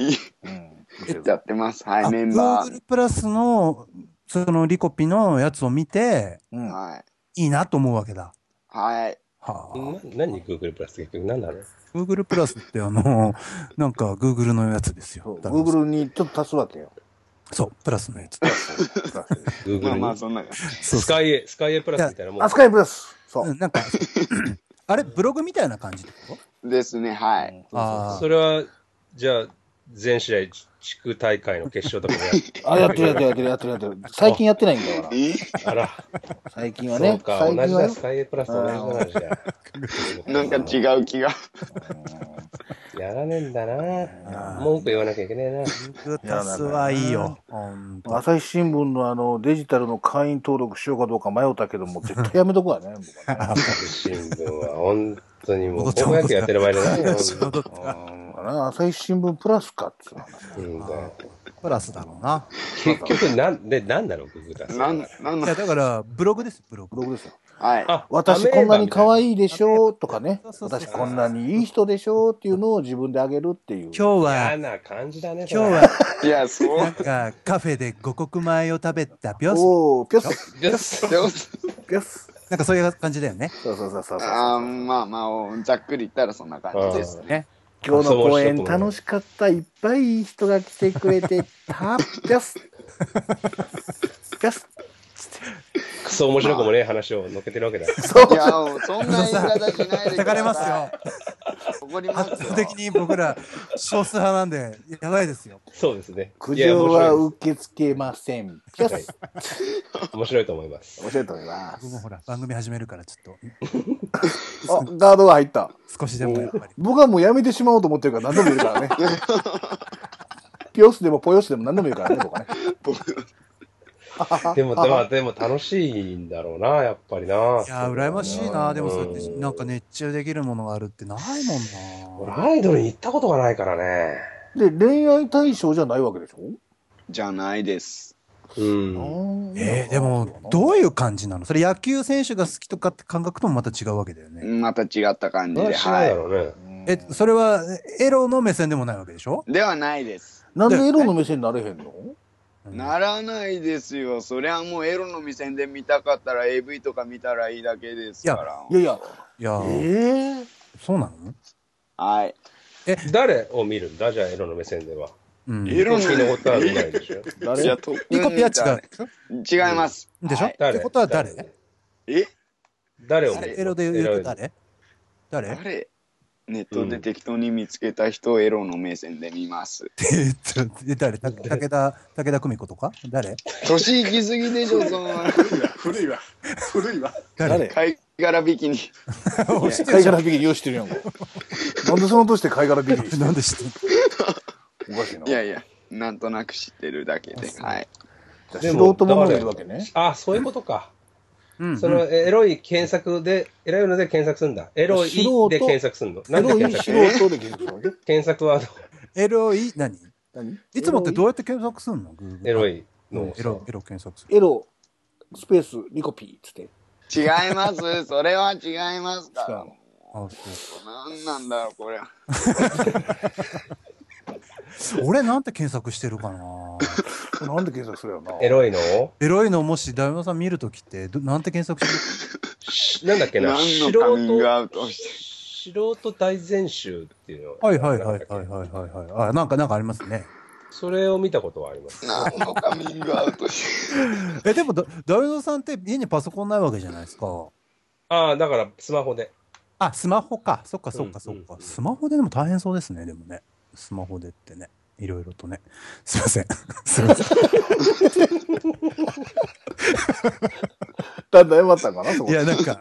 Speaker 3: うん
Speaker 5: やってます。は
Speaker 2: あ
Speaker 5: い、メンバ
Speaker 2: Google プラスの、そのリコピのやつを見て、
Speaker 3: うん
Speaker 5: ー。はい。
Speaker 2: いいなと思うわけだ。
Speaker 5: はい。
Speaker 2: は
Speaker 1: な何 Google プラス結局何なの
Speaker 2: あ。Google プラスってあの、 なんか Google のやつですよ。
Speaker 3: そう。グーグルにちょっと足すわけよ。
Speaker 2: そう、プラスのやつ。
Speaker 3: プラス
Speaker 5: まあま
Speaker 1: Google
Speaker 5: あ、そんな感じ。
Speaker 2: そう
Speaker 1: スカイエスカイエプラスみたいなもん
Speaker 3: あ、スカイプラス。そうう。
Speaker 2: ん なんか、あれ、ブログみたいな感じってこ
Speaker 5: ですね、はい。
Speaker 2: とあ
Speaker 1: それはじゃあ全試合地区大会の決勝とかもやって
Speaker 3: あ、やってるやってるやってるやってるやってる。最近やってないん だから。
Speaker 5: え
Speaker 1: あら
Speaker 3: 最近は
Speaker 1: そ
Speaker 3: ね
Speaker 1: う。か
Speaker 3: 最
Speaker 1: 同じ
Speaker 3: 近は
Speaker 1: だ
Speaker 3: ね
Speaker 1: ス。カイエプラスと同じだなじ
Speaker 5: なんか違う気が。
Speaker 1: ゃやらねえんだな文句言わなきゃいけねえな
Speaker 2: あ。Google プラスはいいよ。ほんと
Speaker 3: 朝日新聞のあの、デジタルの会員登録しようかどうか迷ったけども、絶対やめとこうやね。僕はね
Speaker 1: 新聞は本当にもう高野球やってる場合じゃないよ本当
Speaker 3: うん朝日新聞プラスかっつう話。
Speaker 1: うんだよ
Speaker 2: プラスだろうな。
Speaker 1: 結局なんでなんだろうググタス
Speaker 5: なん、なん
Speaker 2: い
Speaker 5: の
Speaker 2: や、だから、ブログです、ブロ
Speaker 3: ブ
Speaker 2: グ。
Speaker 3: ログですよ。
Speaker 5: はい。
Speaker 1: あ
Speaker 3: 私こんなに可
Speaker 1: い
Speaker 3: 愛いでしょうとかね
Speaker 2: そう。そうそう
Speaker 3: 私こんなにいい人でしょうっていうのを自分であげるっていう。
Speaker 2: 今日は
Speaker 1: 嫌、な感じだねそれ
Speaker 2: 今日は、
Speaker 5: いや、そ
Speaker 2: なん
Speaker 5: う。
Speaker 2: か、カフェで五穀米を食べたぴょん。
Speaker 3: おー、ピョス、
Speaker 1: よし
Speaker 5: でも
Speaker 3: ピョス。
Speaker 2: なんかそういう感じだよね。
Speaker 3: そうそうそうそうそう。
Speaker 5: あーまあまあ、ざっくり言ったらそんな感じです。
Speaker 2: ね。
Speaker 3: 今日の公演楽しかった。いっぱいいい人が来てくれて た。ピョス。ピョス。
Speaker 1: クソ面白くもねえ話を乗っけてるわけだ
Speaker 3: そう
Speaker 5: い。や、そんな言い方しないでください。
Speaker 2: 叩かれますよ。
Speaker 5: 怒りま
Speaker 2: 圧
Speaker 5: す
Speaker 2: 倒
Speaker 5: よ。
Speaker 2: 的に僕ら少数派なんで、やばいですよ。
Speaker 1: そうですね
Speaker 3: 苦
Speaker 1: いや
Speaker 3: 情
Speaker 1: 面
Speaker 3: は
Speaker 1: 白いです
Speaker 3: 受け付けません。ピョス。
Speaker 1: 面白い と思います。
Speaker 3: 面白いと思いま
Speaker 2: 僕
Speaker 3: す。
Speaker 2: もほら、番組始めるから、ちょっ
Speaker 3: あ、ガードが入った。
Speaker 2: と、少しでもやっぱり。
Speaker 3: 僕はもうやめてしまおうと思ってるから何でもいる からね。ピョスでもポヨスでも何でもいるからね、僕はね。
Speaker 1: でも、でも、でも楽しいんだろうな、やっぱりな。
Speaker 2: いやー、羨ましいな。でもそうやって、
Speaker 1: うん
Speaker 2: なんか熱中できるものがあるってないもん
Speaker 1: 俺
Speaker 2: な。
Speaker 1: アイドルに行ったことがないからね。
Speaker 3: で、恋愛対象じゃないわけでしょ
Speaker 5: じゃないです。
Speaker 1: うん。
Speaker 2: えー、でも、どういう感じなのそれ野球選手が好きとかって感覚ともまた違うわけだよね。
Speaker 5: また違った感じ
Speaker 1: 何
Speaker 5: で。
Speaker 1: しないだろ
Speaker 5: は
Speaker 1: うね。
Speaker 2: え、それは、エロの目線でもないわけでしょ
Speaker 5: い。ではないです。
Speaker 3: なんでエロの目線になれへんの
Speaker 2: う
Speaker 5: ならないですよ。そりゃもうエロの店で見たかったら AV とか見たらいいだけですから。
Speaker 3: いやいや、
Speaker 2: いや
Speaker 3: え
Speaker 2: ー
Speaker 3: え
Speaker 2: そうなの
Speaker 5: はい。
Speaker 1: 誰を見るんだじゃあ、エロの目線では。
Speaker 2: うん。
Speaker 5: エロの
Speaker 1: 気のことはないでしょ。
Speaker 3: 誰
Speaker 5: いやと
Speaker 2: リコピア違
Speaker 5: 違います。
Speaker 2: う。でしょ
Speaker 5: は
Speaker 2: っ
Speaker 5: い
Speaker 1: 誰
Speaker 2: てことは誰
Speaker 5: え
Speaker 1: 誰を見る
Speaker 5: 誰
Speaker 2: エロで言うと誰誰っ
Speaker 5: 誰ネットで適当に見つけた人をエロの目線で見ます。
Speaker 2: て言って誰た武田、武田久美子とか誰
Speaker 5: 年いきすぎでしょ、その
Speaker 4: 古いわ、古いわ、古いわ。
Speaker 3: 誰
Speaker 5: 貝殻ビキニ。
Speaker 2: 押してる
Speaker 3: 貝
Speaker 2: じゃん
Speaker 3: 殻ビキニ用意してるやんか。なんでその年で貝殻ビキニしてんの
Speaker 2: なんで知ってんの
Speaker 3: おかしいな。
Speaker 5: いやいや、なんとなく知ってるだけで。はい。
Speaker 3: じゃあ素人ものがいるわけね。
Speaker 1: あ、そういうことか。
Speaker 2: うん
Speaker 1: その、えエロい検索で、エロいので検索するんだ。エロいで検索するの。な
Speaker 3: エ
Speaker 1: んで
Speaker 3: ロい
Speaker 1: 検
Speaker 3: 素
Speaker 1: 索
Speaker 3: 人で検索するわけ
Speaker 1: 検索ワー
Speaker 2: エロい、何
Speaker 3: 何
Speaker 2: いつもってどうやって検索するの Google
Speaker 1: ド、エロいの。
Speaker 2: エロ、エロ検索する。
Speaker 3: エロ、スペース、リコピーっつって。
Speaker 5: 違います。それは違いますから。
Speaker 2: あそ
Speaker 5: なんなんだろう、これ。
Speaker 2: う俺なんて検索してるかな
Speaker 3: なんで検索するやろな。
Speaker 1: エロいのを
Speaker 2: エロいのもし大魔さん見るときってどなんて検索 して
Speaker 1: なんだっけな、
Speaker 5: 何
Speaker 1: 素
Speaker 5: のカミング
Speaker 1: 人、
Speaker 5: アウトをして。
Speaker 1: 素人大全集っていうの。
Speaker 2: るはいはいはいはいはいはいはい。あ、なんかなんかありますね。
Speaker 1: それを見たことはあります。
Speaker 5: 何のカミングアウトして。
Speaker 2: え、でもだ大魔さんって家にパソコンないわけじゃないですか。
Speaker 1: ああ、だからスマホで。
Speaker 2: あ、スマホか。そっかそっかそっ
Speaker 1: うんうん
Speaker 2: か
Speaker 1: う。ん
Speaker 2: スマホででも大変そうですね、でもね。スマホでってね。いろいろとね。 すいません。すいません。
Speaker 3: だんだんまったんかな、そこ。
Speaker 2: いや、なんか、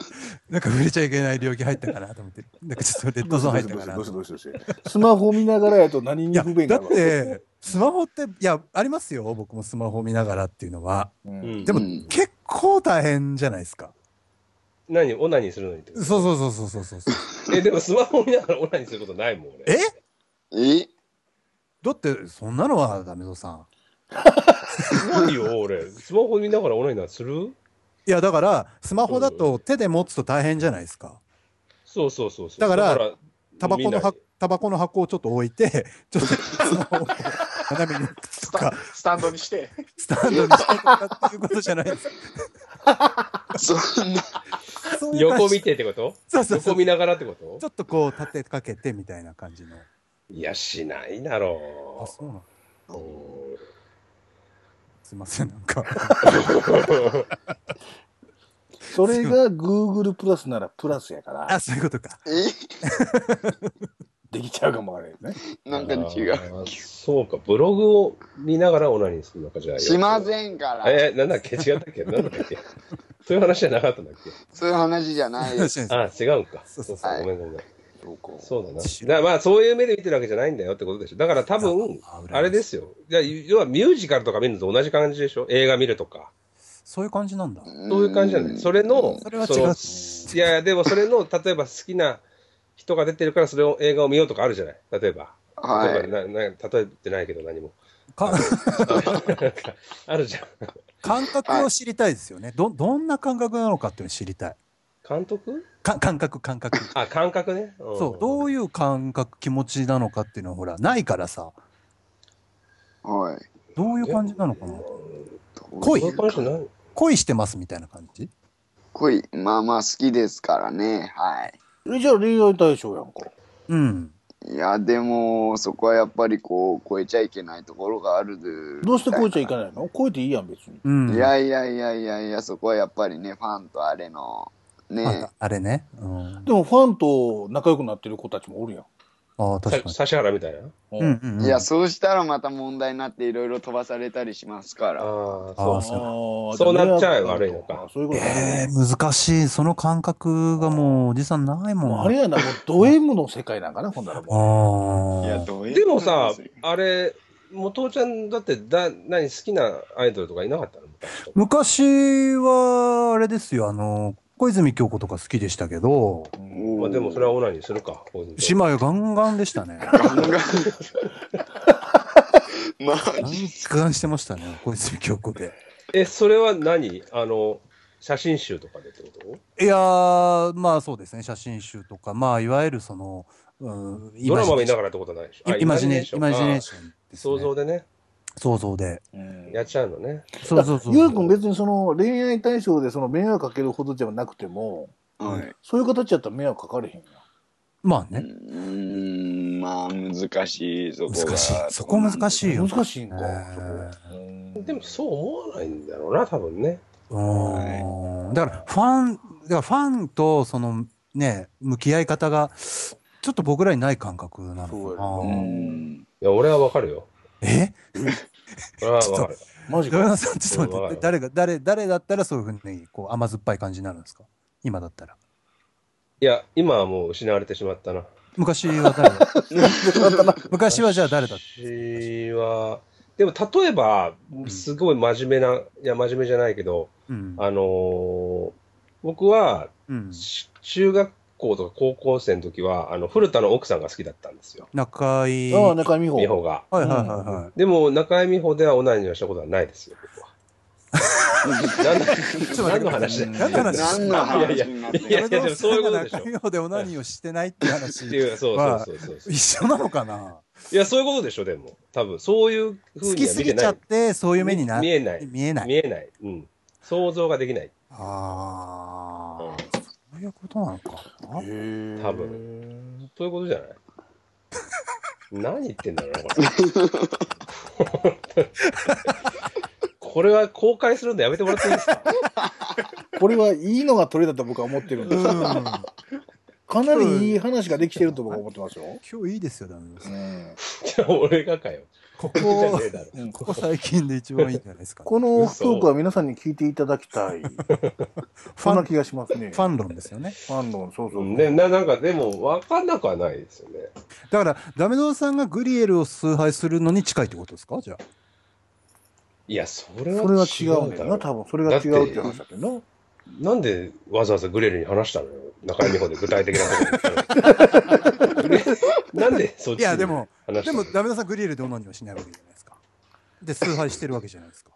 Speaker 2: なんか触れちゃいけない領域入ったかなと思って。なんかちょっとレッド
Speaker 3: どうし
Speaker 2: ゾーン
Speaker 3: どう
Speaker 2: 入
Speaker 3: し
Speaker 2: ったかな
Speaker 3: どうしどうしどうしスマホ見ながらやと何
Speaker 2: い
Speaker 3: に
Speaker 2: や
Speaker 3: 不便
Speaker 2: だ
Speaker 3: があ
Speaker 2: っ
Speaker 3: る
Speaker 2: てスマホっていやありますよ僕もスマホ見ながらっていうのは
Speaker 3: うん
Speaker 1: うん
Speaker 2: でも、
Speaker 5: うん
Speaker 2: 結構大変じゃないですか
Speaker 1: 何オナニーするのにってこと
Speaker 2: そうそうそうそうそうそうそう
Speaker 1: え、でもスマホ見ながらオナニーすることないもん、俺。
Speaker 2: え
Speaker 5: え
Speaker 2: だってそんなのはダメぞさん
Speaker 1: ないよ、俺。スマホ見ながらオナニーなんかする
Speaker 2: いやだからスマホだと手で持つと大変じゃないですか
Speaker 1: そうそうそうそう。
Speaker 2: だからタバ
Speaker 1: 見
Speaker 2: コ
Speaker 1: な
Speaker 2: の
Speaker 1: い
Speaker 2: 箱タバコの箱をちょっと置い てちょっとスマホを斜めに置くと か
Speaker 4: スタンドにして、
Speaker 2: スタンドにしてとかっていうことじゃないですか
Speaker 5: そんな。
Speaker 2: そういう感
Speaker 1: 横
Speaker 2: じ
Speaker 1: 見てってこと
Speaker 2: そうそうそ
Speaker 1: 横
Speaker 2: う
Speaker 1: 見ながらってこと
Speaker 2: ちょっとこう立てかけてみたいな感じの
Speaker 1: いや、しないだろ
Speaker 2: あそうなの
Speaker 1: う。うん
Speaker 2: すいませんなんか
Speaker 3: それが Google プラスならプラスやから
Speaker 2: あ、そういうことか。
Speaker 5: え
Speaker 3: できちゃうかもわからないね。
Speaker 5: なんか違う。
Speaker 1: あー。そうか、ブログを見ながらオナニーするのか、じゃあ。
Speaker 5: しま
Speaker 1: ん。
Speaker 5: せんから。
Speaker 1: え、なんだっけ違ったっけなんだっけそういう話じゃなかったんだっけ
Speaker 5: そういう話じゃないです。
Speaker 2: 確か
Speaker 1: あー、違うんか。
Speaker 2: そ
Speaker 1: そうう
Speaker 2: そ
Speaker 1: そうう
Speaker 5: そう
Speaker 1: ごめんごめん。
Speaker 3: そうか。
Speaker 1: そうだな。だからまあ、そういう目で見てるわけじゃないんだよってことでしょ。だから多分
Speaker 2: あ、
Speaker 1: あれですよ。いや要はミュージカルとか見るのと同じ感じでしょ映画見るとか。
Speaker 2: そういう感じなんだ。
Speaker 1: そういう感じじゃない。それの、
Speaker 2: それは違う
Speaker 1: のいやいや、でもそれの、例えば好きな人が出てるから、それを映画を見ようとかあるじゃない。例えば。
Speaker 5: は
Speaker 1: 例え
Speaker 5: い。
Speaker 1: ばな な例えてないけど何も。
Speaker 2: か
Speaker 1: あるじゃん。
Speaker 2: 感覚を知りたいですよね。ど、どんな感覚なのかっていうのを知りたい。
Speaker 1: 監督
Speaker 2: か感覚、感覚。
Speaker 1: あ、感覚ね。うん
Speaker 2: そう、どういう感覚、気持ちなのかっていうのは、ほら、ないからさ、
Speaker 5: はい。
Speaker 2: どういう感じなのかな。
Speaker 5: こ
Speaker 2: 恋
Speaker 1: こういう感じなん
Speaker 2: 恋してますみたいな感じ
Speaker 5: 恋、まあまあ好きですからね。はい。
Speaker 3: えじゃあ恋愛対象やんか。
Speaker 2: うん。
Speaker 5: いや、でも、そこはやっぱりこう、超えちゃいけないところがあるで。
Speaker 3: どうして超えちゃいけないの超えていいやん、別に。
Speaker 2: うん。
Speaker 5: いやいやいやいやいや、そこはやっぱりね、ファンとあれの、
Speaker 2: なん
Speaker 5: ね
Speaker 2: か、、あれね。うん。
Speaker 3: でもファンと仲良くなってる子たちもおるやん。
Speaker 2: ああ、確か
Speaker 1: さ
Speaker 2: に。
Speaker 1: 指原みたいな。
Speaker 2: うん
Speaker 3: うん
Speaker 2: うんうん。
Speaker 5: いや、そうしたらまた問題になっていろいろ飛ばされたりしますから。
Speaker 1: ああ、そ
Speaker 2: あー
Speaker 1: う。
Speaker 3: あー
Speaker 1: そうなっちゃえ
Speaker 3: じ
Speaker 1: ば
Speaker 3: あ
Speaker 1: 悪いのか
Speaker 3: そういうこと
Speaker 2: え
Speaker 3: ね。
Speaker 2: ー、難しい。その感覚がもう、おじさんないもん。
Speaker 3: もうあれやな、もうド M の世界なんかな、ほんならも
Speaker 2: ああ。
Speaker 5: いや、どういう
Speaker 1: でもさ
Speaker 5: ことですよ、
Speaker 1: あれ、元ちゃんだってだ、何、好きなアイドルとかいなかったの昔とか
Speaker 2: 昔は、あれですよ、あの、小泉京子とか好きでしたけど、
Speaker 3: う。うん
Speaker 5: お
Speaker 1: まあ
Speaker 5: ー
Speaker 1: でもそれはオナニーするか。個人的
Speaker 2: 姉
Speaker 1: に
Speaker 2: 妹ガンガンでしたね。
Speaker 5: ガンガン。 ま
Speaker 2: ガンガンしてましたね、小泉京子で。
Speaker 1: え、それは何あの、写真集とかでってこと
Speaker 2: いやー、まあそうですね、写真集とか、まあいわゆるその、うん、
Speaker 1: ドラマ見な
Speaker 2: が
Speaker 1: がらってことないでしょ
Speaker 2: イマジネイ
Speaker 1: あ
Speaker 2: マジネー
Speaker 1: ョン
Speaker 2: ションです、ね。
Speaker 1: 想像でね。
Speaker 2: 想像で。
Speaker 4: うん
Speaker 1: やっちゃうのね。
Speaker 2: そうそうそう。
Speaker 3: ゆうくん別にその恋愛対象でその迷惑かけるほどじゃなくても、
Speaker 5: はい。
Speaker 3: そういう形やったら迷惑かかれへんよ。
Speaker 2: まあ
Speaker 5: う
Speaker 2: ね。
Speaker 5: ーん、まあ難しい、そこが。
Speaker 2: 難しい。そこ難しいよ。
Speaker 3: 難しいんか。
Speaker 1: でもそう思わないんだろうな、多分ね。
Speaker 2: うん。だからファン、だからファンとそのね、向き合い方が、ちょっと僕らにない感覚なの
Speaker 5: う
Speaker 2: か
Speaker 5: ー
Speaker 2: な。
Speaker 5: ん。
Speaker 1: いや、俺はわかるよ。
Speaker 2: え
Speaker 1: 俺はわかる。
Speaker 3: マジ
Speaker 2: 山
Speaker 3: か。
Speaker 2: 田さんってちょっと待って、誰が、誰、誰だったらそういうふうにこう甘酸っぱい感じになるんですか今だったら。
Speaker 1: いや、今はもう失われてしまったな。
Speaker 2: 昔は誰だ 昔はじゃあ誰だ
Speaker 1: 私は、でも例えば、すごい真面目な、いや、真面目じゃないけど、
Speaker 2: うん。
Speaker 1: あのー僕は、
Speaker 2: うん。
Speaker 1: し中学校とか高校生の時は、あの、古田の奥さんが好きだったんですよ。
Speaker 2: 中井。
Speaker 3: ああ、
Speaker 2: はい
Speaker 3: 中井美
Speaker 1: 美
Speaker 3: 穂。
Speaker 1: 穂が。
Speaker 2: はいはいは
Speaker 1: でも、中井美穂ではオナニーをしたことはないですよ、僕 は。何の
Speaker 2: い。ちょっと
Speaker 1: 何
Speaker 2: 待
Speaker 1: の
Speaker 2: って
Speaker 1: 話だよ。
Speaker 2: 何の話
Speaker 5: 何の話になって
Speaker 1: いやいや
Speaker 5: る
Speaker 1: でもそういうことでしょ
Speaker 2: 中井でオナニーをしてないって
Speaker 1: って
Speaker 2: 話。
Speaker 1: いう、そうそうそうそう。
Speaker 2: 一緒なのかない
Speaker 1: や、そういうことでしょ、でも。多分、そういうふう
Speaker 2: 好
Speaker 1: に
Speaker 2: き
Speaker 1: は
Speaker 2: す
Speaker 1: 見
Speaker 2: ぎ
Speaker 1: て
Speaker 2: ちゃ
Speaker 1: な
Speaker 2: っ
Speaker 1: い。
Speaker 2: て、そういう目にな
Speaker 1: 見えない。
Speaker 2: 見えない。
Speaker 1: 見えない。うん。想像ができない。
Speaker 2: あ
Speaker 1: うん
Speaker 2: あ。そういうことなのかな。
Speaker 1: 多分。そういうことじゃない 何言ってんだろうな、これ。 これは公開するのやめてもらっていいですか
Speaker 3: これはいいのが取れたと僕は思ってるんですよ
Speaker 2: うん。
Speaker 3: かなりいい話ができてると僕は思ってますよ。
Speaker 2: 今日いいですよ、ダメです。
Speaker 3: うん
Speaker 1: じゃあ俺がかよ。
Speaker 2: こ
Speaker 1: じゃ
Speaker 2: こ
Speaker 1: ね、えだろ。
Speaker 3: うん
Speaker 2: ここ最近で一番いいんじゃないですか。フ
Speaker 3: このオフトークは皆さんに聞いていただきたい。そん
Speaker 2: ァ
Speaker 3: な
Speaker 2: ン、
Speaker 3: 気がしますね。
Speaker 2: ファン論ですよね。
Speaker 3: ファンの、そうそうう。
Speaker 1: んで、ななんか、でも、わかんなくはないですよね。
Speaker 2: だから、ダメドさんがグリエルを崇拝するのに近いってことですかじゃあ。
Speaker 1: いや、それは
Speaker 3: それは違うんだ
Speaker 1: だ
Speaker 3: よな、
Speaker 1: ろ
Speaker 3: 多分。それが違うっていう話だけどな。
Speaker 1: なんでわざわざグレルに話したのよ。中井美穂で具体的なこと言ったの グレなんでそっち
Speaker 2: いや、でも、
Speaker 1: 話した
Speaker 2: で
Speaker 1: の
Speaker 2: も、ダメドさんグリエルでオナニーをしないわけじゃないですか。で、崇拝してるわけじゃないですか。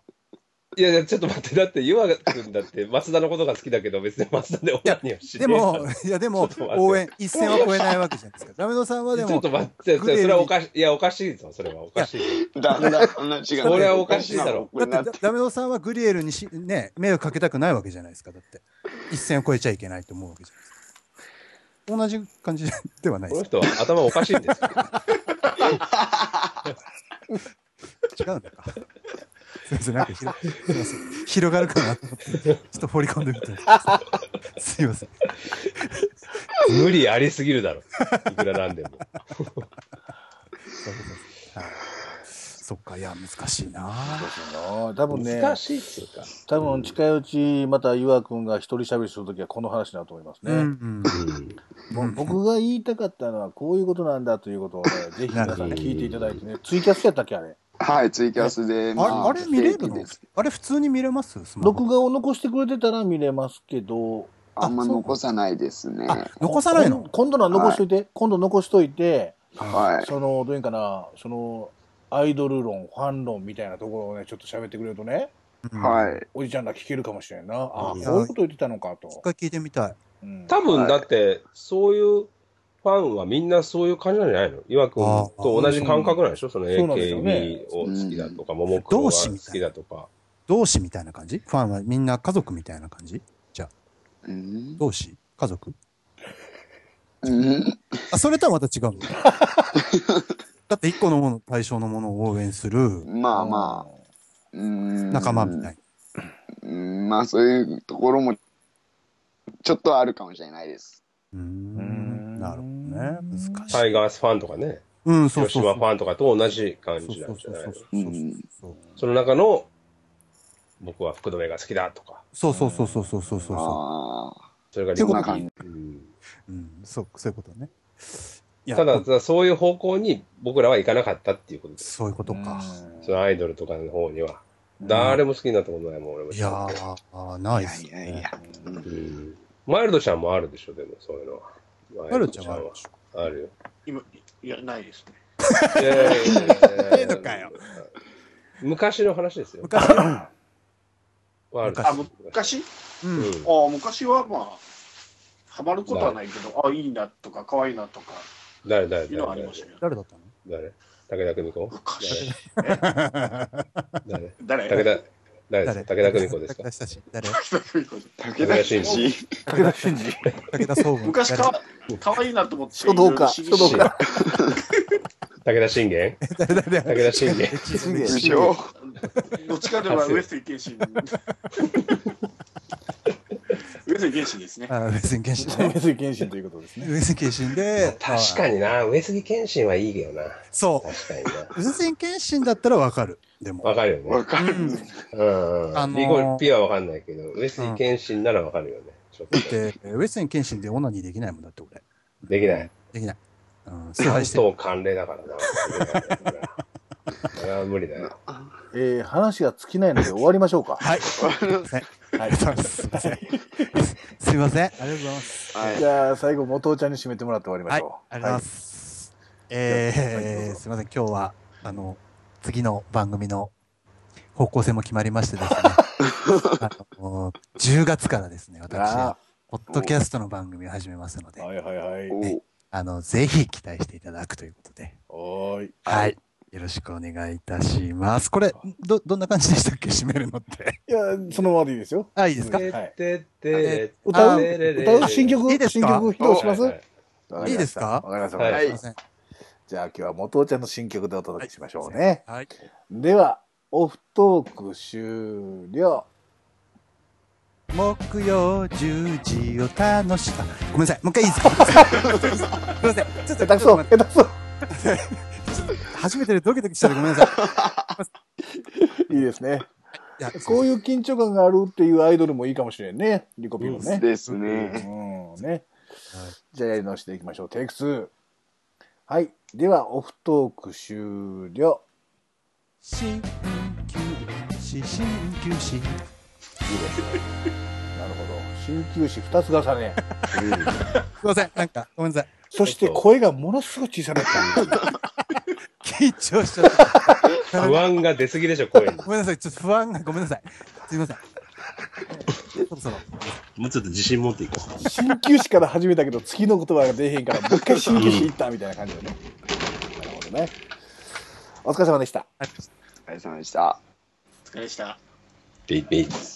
Speaker 1: いやいや、ちょっと待って、だって、ゆわくんだって、松田のことが好きだけど、別に松田でオナニーをしね
Speaker 2: で
Speaker 1: えだろ
Speaker 2: も、いや、でも
Speaker 1: ちょっと待っ、て
Speaker 2: 応援、一線は超えないわけじゃないですか。ダメドさんはで
Speaker 1: ちょっ
Speaker 2: も
Speaker 1: と、待って、そ
Speaker 2: グレーに
Speaker 1: れはおかしい。いや、おかしいぞ、それはおかしいぞ。
Speaker 5: だんだん話が。
Speaker 1: これはおかしいだろ
Speaker 2: だってダメオさんはグリエルにし、ね、迷惑かけたくないわけじゃないですか。だって。一線を越えちゃいけないと思うわけじゃないですか。同じ感じではない
Speaker 1: こ
Speaker 2: で
Speaker 1: の
Speaker 2: す
Speaker 1: 人は頭おかしいんですよ。
Speaker 2: か。違うんだか。すいません、なんかひろすいません広がるかなと思って、ちょっと放り込んでみたんです。すいません。
Speaker 1: 無理ありすぎる だろ。いくらなんでも。
Speaker 2: はいそっか、いや、難しいな
Speaker 3: あー多分ね、
Speaker 1: 難しいっつうか。
Speaker 3: 多分近いうち、また岩くんが一人喋りするときはこの話になると思います
Speaker 2: うん、う
Speaker 3: ね。
Speaker 2: ん。
Speaker 1: うん
Speaker 3: ぼ僕が言いたかったのはこういうことなんだということをね、ぜひ皆さんに聞いていただいてね、ツイキャスやったっけあれ。
Speaker 5: はい、ツイキャスで。ま
Speaker 2: あれ、あれ見れる
Speaker 5: 定期
Speaker 2: の
Speaker 5: です
Speaker 2: あれ普通に見れますスマホ
Speaker 3: 録画を残してくれてたら見れますけど、
Speaker 5: あんま残さないですね。
Speaker 2: あ、残さない
Speaker 3: こん
Speaker 2: の
Speaker 3: 今度のは残しといて、今度残しといて、
Speaker 5: はい。
Speaker 3: その、どういうんかな、その、アイドル論、ファン論みたいなところをね、ちょっと喋ってくれるとね、
Speaker 2: い。
Speaker 5: はい。
Speaker 3: おじちゃんが聞けるかもしれんな。ああ、こ
Speaker 1: いう
Speaker 2: や
Speaker 3: いうこと言ってたのか
Speaker 2: 一
Speaker 3: と。
Speaker 2: 回聞いてみたい。
Speaker 3: うん
Speaker 1: 多分、だって、そういうファンはみんなそういう感じなんじゃないの岩くんと同じ感覚なんでしょその
Speaker 3: そうなんですよね
Speaker 1: AKB を好きだとか、ももクロ
Speaker 2: 同
Speaker 1: が
Speaker 2: 志み
Speaker 1: 好
Speaker 2: たい
Speaker 1: きだとか。
Speaker 2: 同志みたいな感じファンはみんな家族みたいな感じ
Speaker 5: うん
Speaker 2: 同志家族
Speaker 5: うん
Speaker 2: あ、それとはまた違 うのだって一個のもの、対象のものを応援する
Speaker 5: まあまあ。うん
Speaker 2: 仲間みたい
Speaker 5: うんまあそういうところもちょっとはあるかもしれないです。
Speaker 2: な。うーん。なるほどね。難しい。
Speaker 1: タイガースファンとかね、
Speaker 2: うん、そう
Speaker 1: 広
Speaker 2: そう
Speaker 1: 島
Speaker 2: そう。
Speaker 1: ファンとかと同じ感
Speaker 2: そう
Speaker 1: じな
Speaker 2: そ
Speaker 1: ん
Speaker 2: う
Speaker 1: じ
Speaker 2: そ
Speaker 1: ゃ
Speaker 2: う
Speaker 1: ないの
Speaker 2: そう
Speaker 1: その中の、僕は福留が好きだとか、
Speaker 2: そうそうそうそうそうそうそうそうそ
Speaker 5: ああ。
Speaker 1: それがリ
Speaker 5: そん
Speaker 1: コ
Speaker 5: な
Speaker 1: ピ
Speaker 5: 感
Speaker 1: ーうん
Speaker 2: う。うん、そう、そういうことね。いや
Speaker 1: ただ、ただそういう方向に僕らは行かなかったっていうことです。
Speaker 2: そういうことか。
Speaker 1: そのアイドルとかの方には。誰も好きになったことないもん、俺も。
Speaker 2: いやー、あーないっす
Speaker 5: いやいやい
Speaker 2: ね。
Speaker 5: や。
Speaker 1: うんマイルドちゃんもあるでしょ、でもそういうのは。
Speaker 2: あるちゃんはあるでしょ。
Speaker 1: あるよ。
Speaker 4: 今、いや、ないですね。
Speaker 1: いやいやいやいや
Speaker 2: いいのかよ。
Speaker 1: 昔の話ですよ。
Speaker 2: 昔、
Speaker 1: はある
Speaker 2: 昔
Speaker 4: あ、昔
Speaker 2: う
Speaker 1: うん
Speaker 2: ん。
Speaker 4: あ昔はまあ、ハマることはないけど、あ、いいなとか、可愛いなとか、
Speaker 1: 誰誰
Speaker 4: いうのはあり
Speaker 1: 誰
Speaker 4: ましたけど。
Speaker 2: 誰だったの
Speaker 1: 誰武田久美子
Speaker 4: おかしい。
Speaker 1: 誰誰武
Speaker 4: 誰
Speaker 1: 田、誰です
Speaker 2: 誰
Speaker 1: か武田久美子ですか
Speaker 2: 武田久志誰
Speaker 5: 武田真治
Speaker 3: 武田真治。
Speaker 2: 武田総文。
Speaker 4: 昔
Speaker 2: 誰
Speaker 4: か、可愛いなと思って。
Speaker 3: 書道家
Speaker 4: いろいろ知り
Speaker 3: 書道
Speaker 1: 武田信玄
Speaker 2: 誰誰誰
Speaker 1: 武田信玄
Speaker 3: 真
Speaker 5: 不
Speaker 3: 治。
Speaker 5: 詳
Speaker 4: どっちかといえばウエストイケンシン。ウエストイケンシンですね。
Speaker 2: あ、上杉謙信ね。
Speaker 3: 上杉謙信ということですね。
Speaker 2: 上杉謙信で、
Speaker 1: 確
Speaker 2: に。
Speaker 1: かにな、上杉謙信はいいけどな。
Speaker 2: そ
Speaker 1: 確かにな。
Speaker 2: う。上杉謙信だったらわかる。でも。
Speaker 1: わかるよ
Speaker 5: わ
Speaker 1: ね。
Speaker 5: かるね
Speaker 1: うんうん。
Speaker 2: あ
Speaker 1: あ
Speaker 2: の
Speaker 1: の
Speaker 2: ー
Speaker 1: リコピはわかんないけど、上杉謙信ならわかるよね。ちょっと
Speaker 2: だって、上杉謙信でオナニーできないもんだって俺。
Speaker 1: できない。
Speaker 2: できない。うん、崇
Speaker 1: 関
Speaker 2: 拝してる。
Speaker 1: 東関連だからな。 それは無理だよ。
Speaker 3: えー、話が尽きないので終わりましょうか。
Speaker 2: はい。すいません。ありがとうございます。すいません。すいません。ありがとうございます。
Speaker 5: はい
Speaker 3: じゃあ、最後、元尾ちゃんに締めてもらって終わりま
Speaker 2: はい、ありがとう
Speaker 3: しょう。
Speaker 2: ございます。えー、すみません、今日は、あの、次の番組の方向性も決まりましてです ね、あの10月からですね、私
Speaker 3: あ、
Speaker 2: ポッドキャストの番組を始めますので、
Speaker 3: はいはいはい。
Speaker 5: おう
Speaker 2: あの、ぜひ期待していただくということで、
Speaker 3: おーい。
Speaker 2: はい。よろしくお願いいたします。これ、ど、どんな感じでしたっけ締めるのって。
Speaker 3: いや、そのままでいいですよ。
Speaker 2: あ、いいですか
Speaker 3: い
Speaker 1: てってって
Speaker 3: 歌う
Speaker 1: てれれれ
Speaker 3: 歌う新曲
Speaker 2: いいです
Speaker 3: 新
Speaker 2: か
Speaker 3: 曲を披露します
Speaker 1: はいはい
Speaker 3: わかりました
Speaker 2: いいですか
Speaker 3: わかりました。わ
Speaker 1: は
Speaker 3: か
Speaker 1: い
Speaker 3: りま
Speaker 5: は
Speaker 3: し
Speaker 5: い
Speaker 2: すいません。
Speaker 3: たじゃあ、今日は元尾ちゃんの新曲でお届けしましょうね。
Speaker 2: はい。
Speaker 3: では、オフトーク終了。
Speaker 2: 木曜10時を楽しあごめんなさいもう一回いいですかすいませんちょっと
Speaker 3: 下手くそ、下手くそ。
Speaker 2: 初めてでドキドキしたらごめんなさい
Speaker 3: いいですね。
Speaker 2: いや
Speaker 3: こういう緊張感があるっていうアイドルもいいかもしれんね。リコピンもね。
Speaker 5: ですね
Speaker 3: うん、ね。じゃあやり直していきましょう。テイク2。はい。では、オフトーク終了。
Speaker 2: 新旧し新旧し
Speaker 3: いいですね。なるほど。鍼灸師二つ 重ね。
Speaker 2: すいませんなんかごめんなさい
Speaker 3: そして声がものすごい小さなった。
Speaker 2: 緊張しちゃった
Speaker 1: 不安が出すぎでしょ、声に。
Speaker 2: ごめんなさいちょっと不安がごめんなさいすいませんそろそろ
Speaker 1: もうちょっと自信持っていこ
Speaker 3: 鍼灸師から始めたけど、次の言葉が出えへんから、もう一回鍼灸師行ったみたいな感じだね。なるほどね。お疲れ様でした。
Speaker 5: お疲れ様でした
Speaker 4: お疲れでした。
Speaker 1: う。ビービー。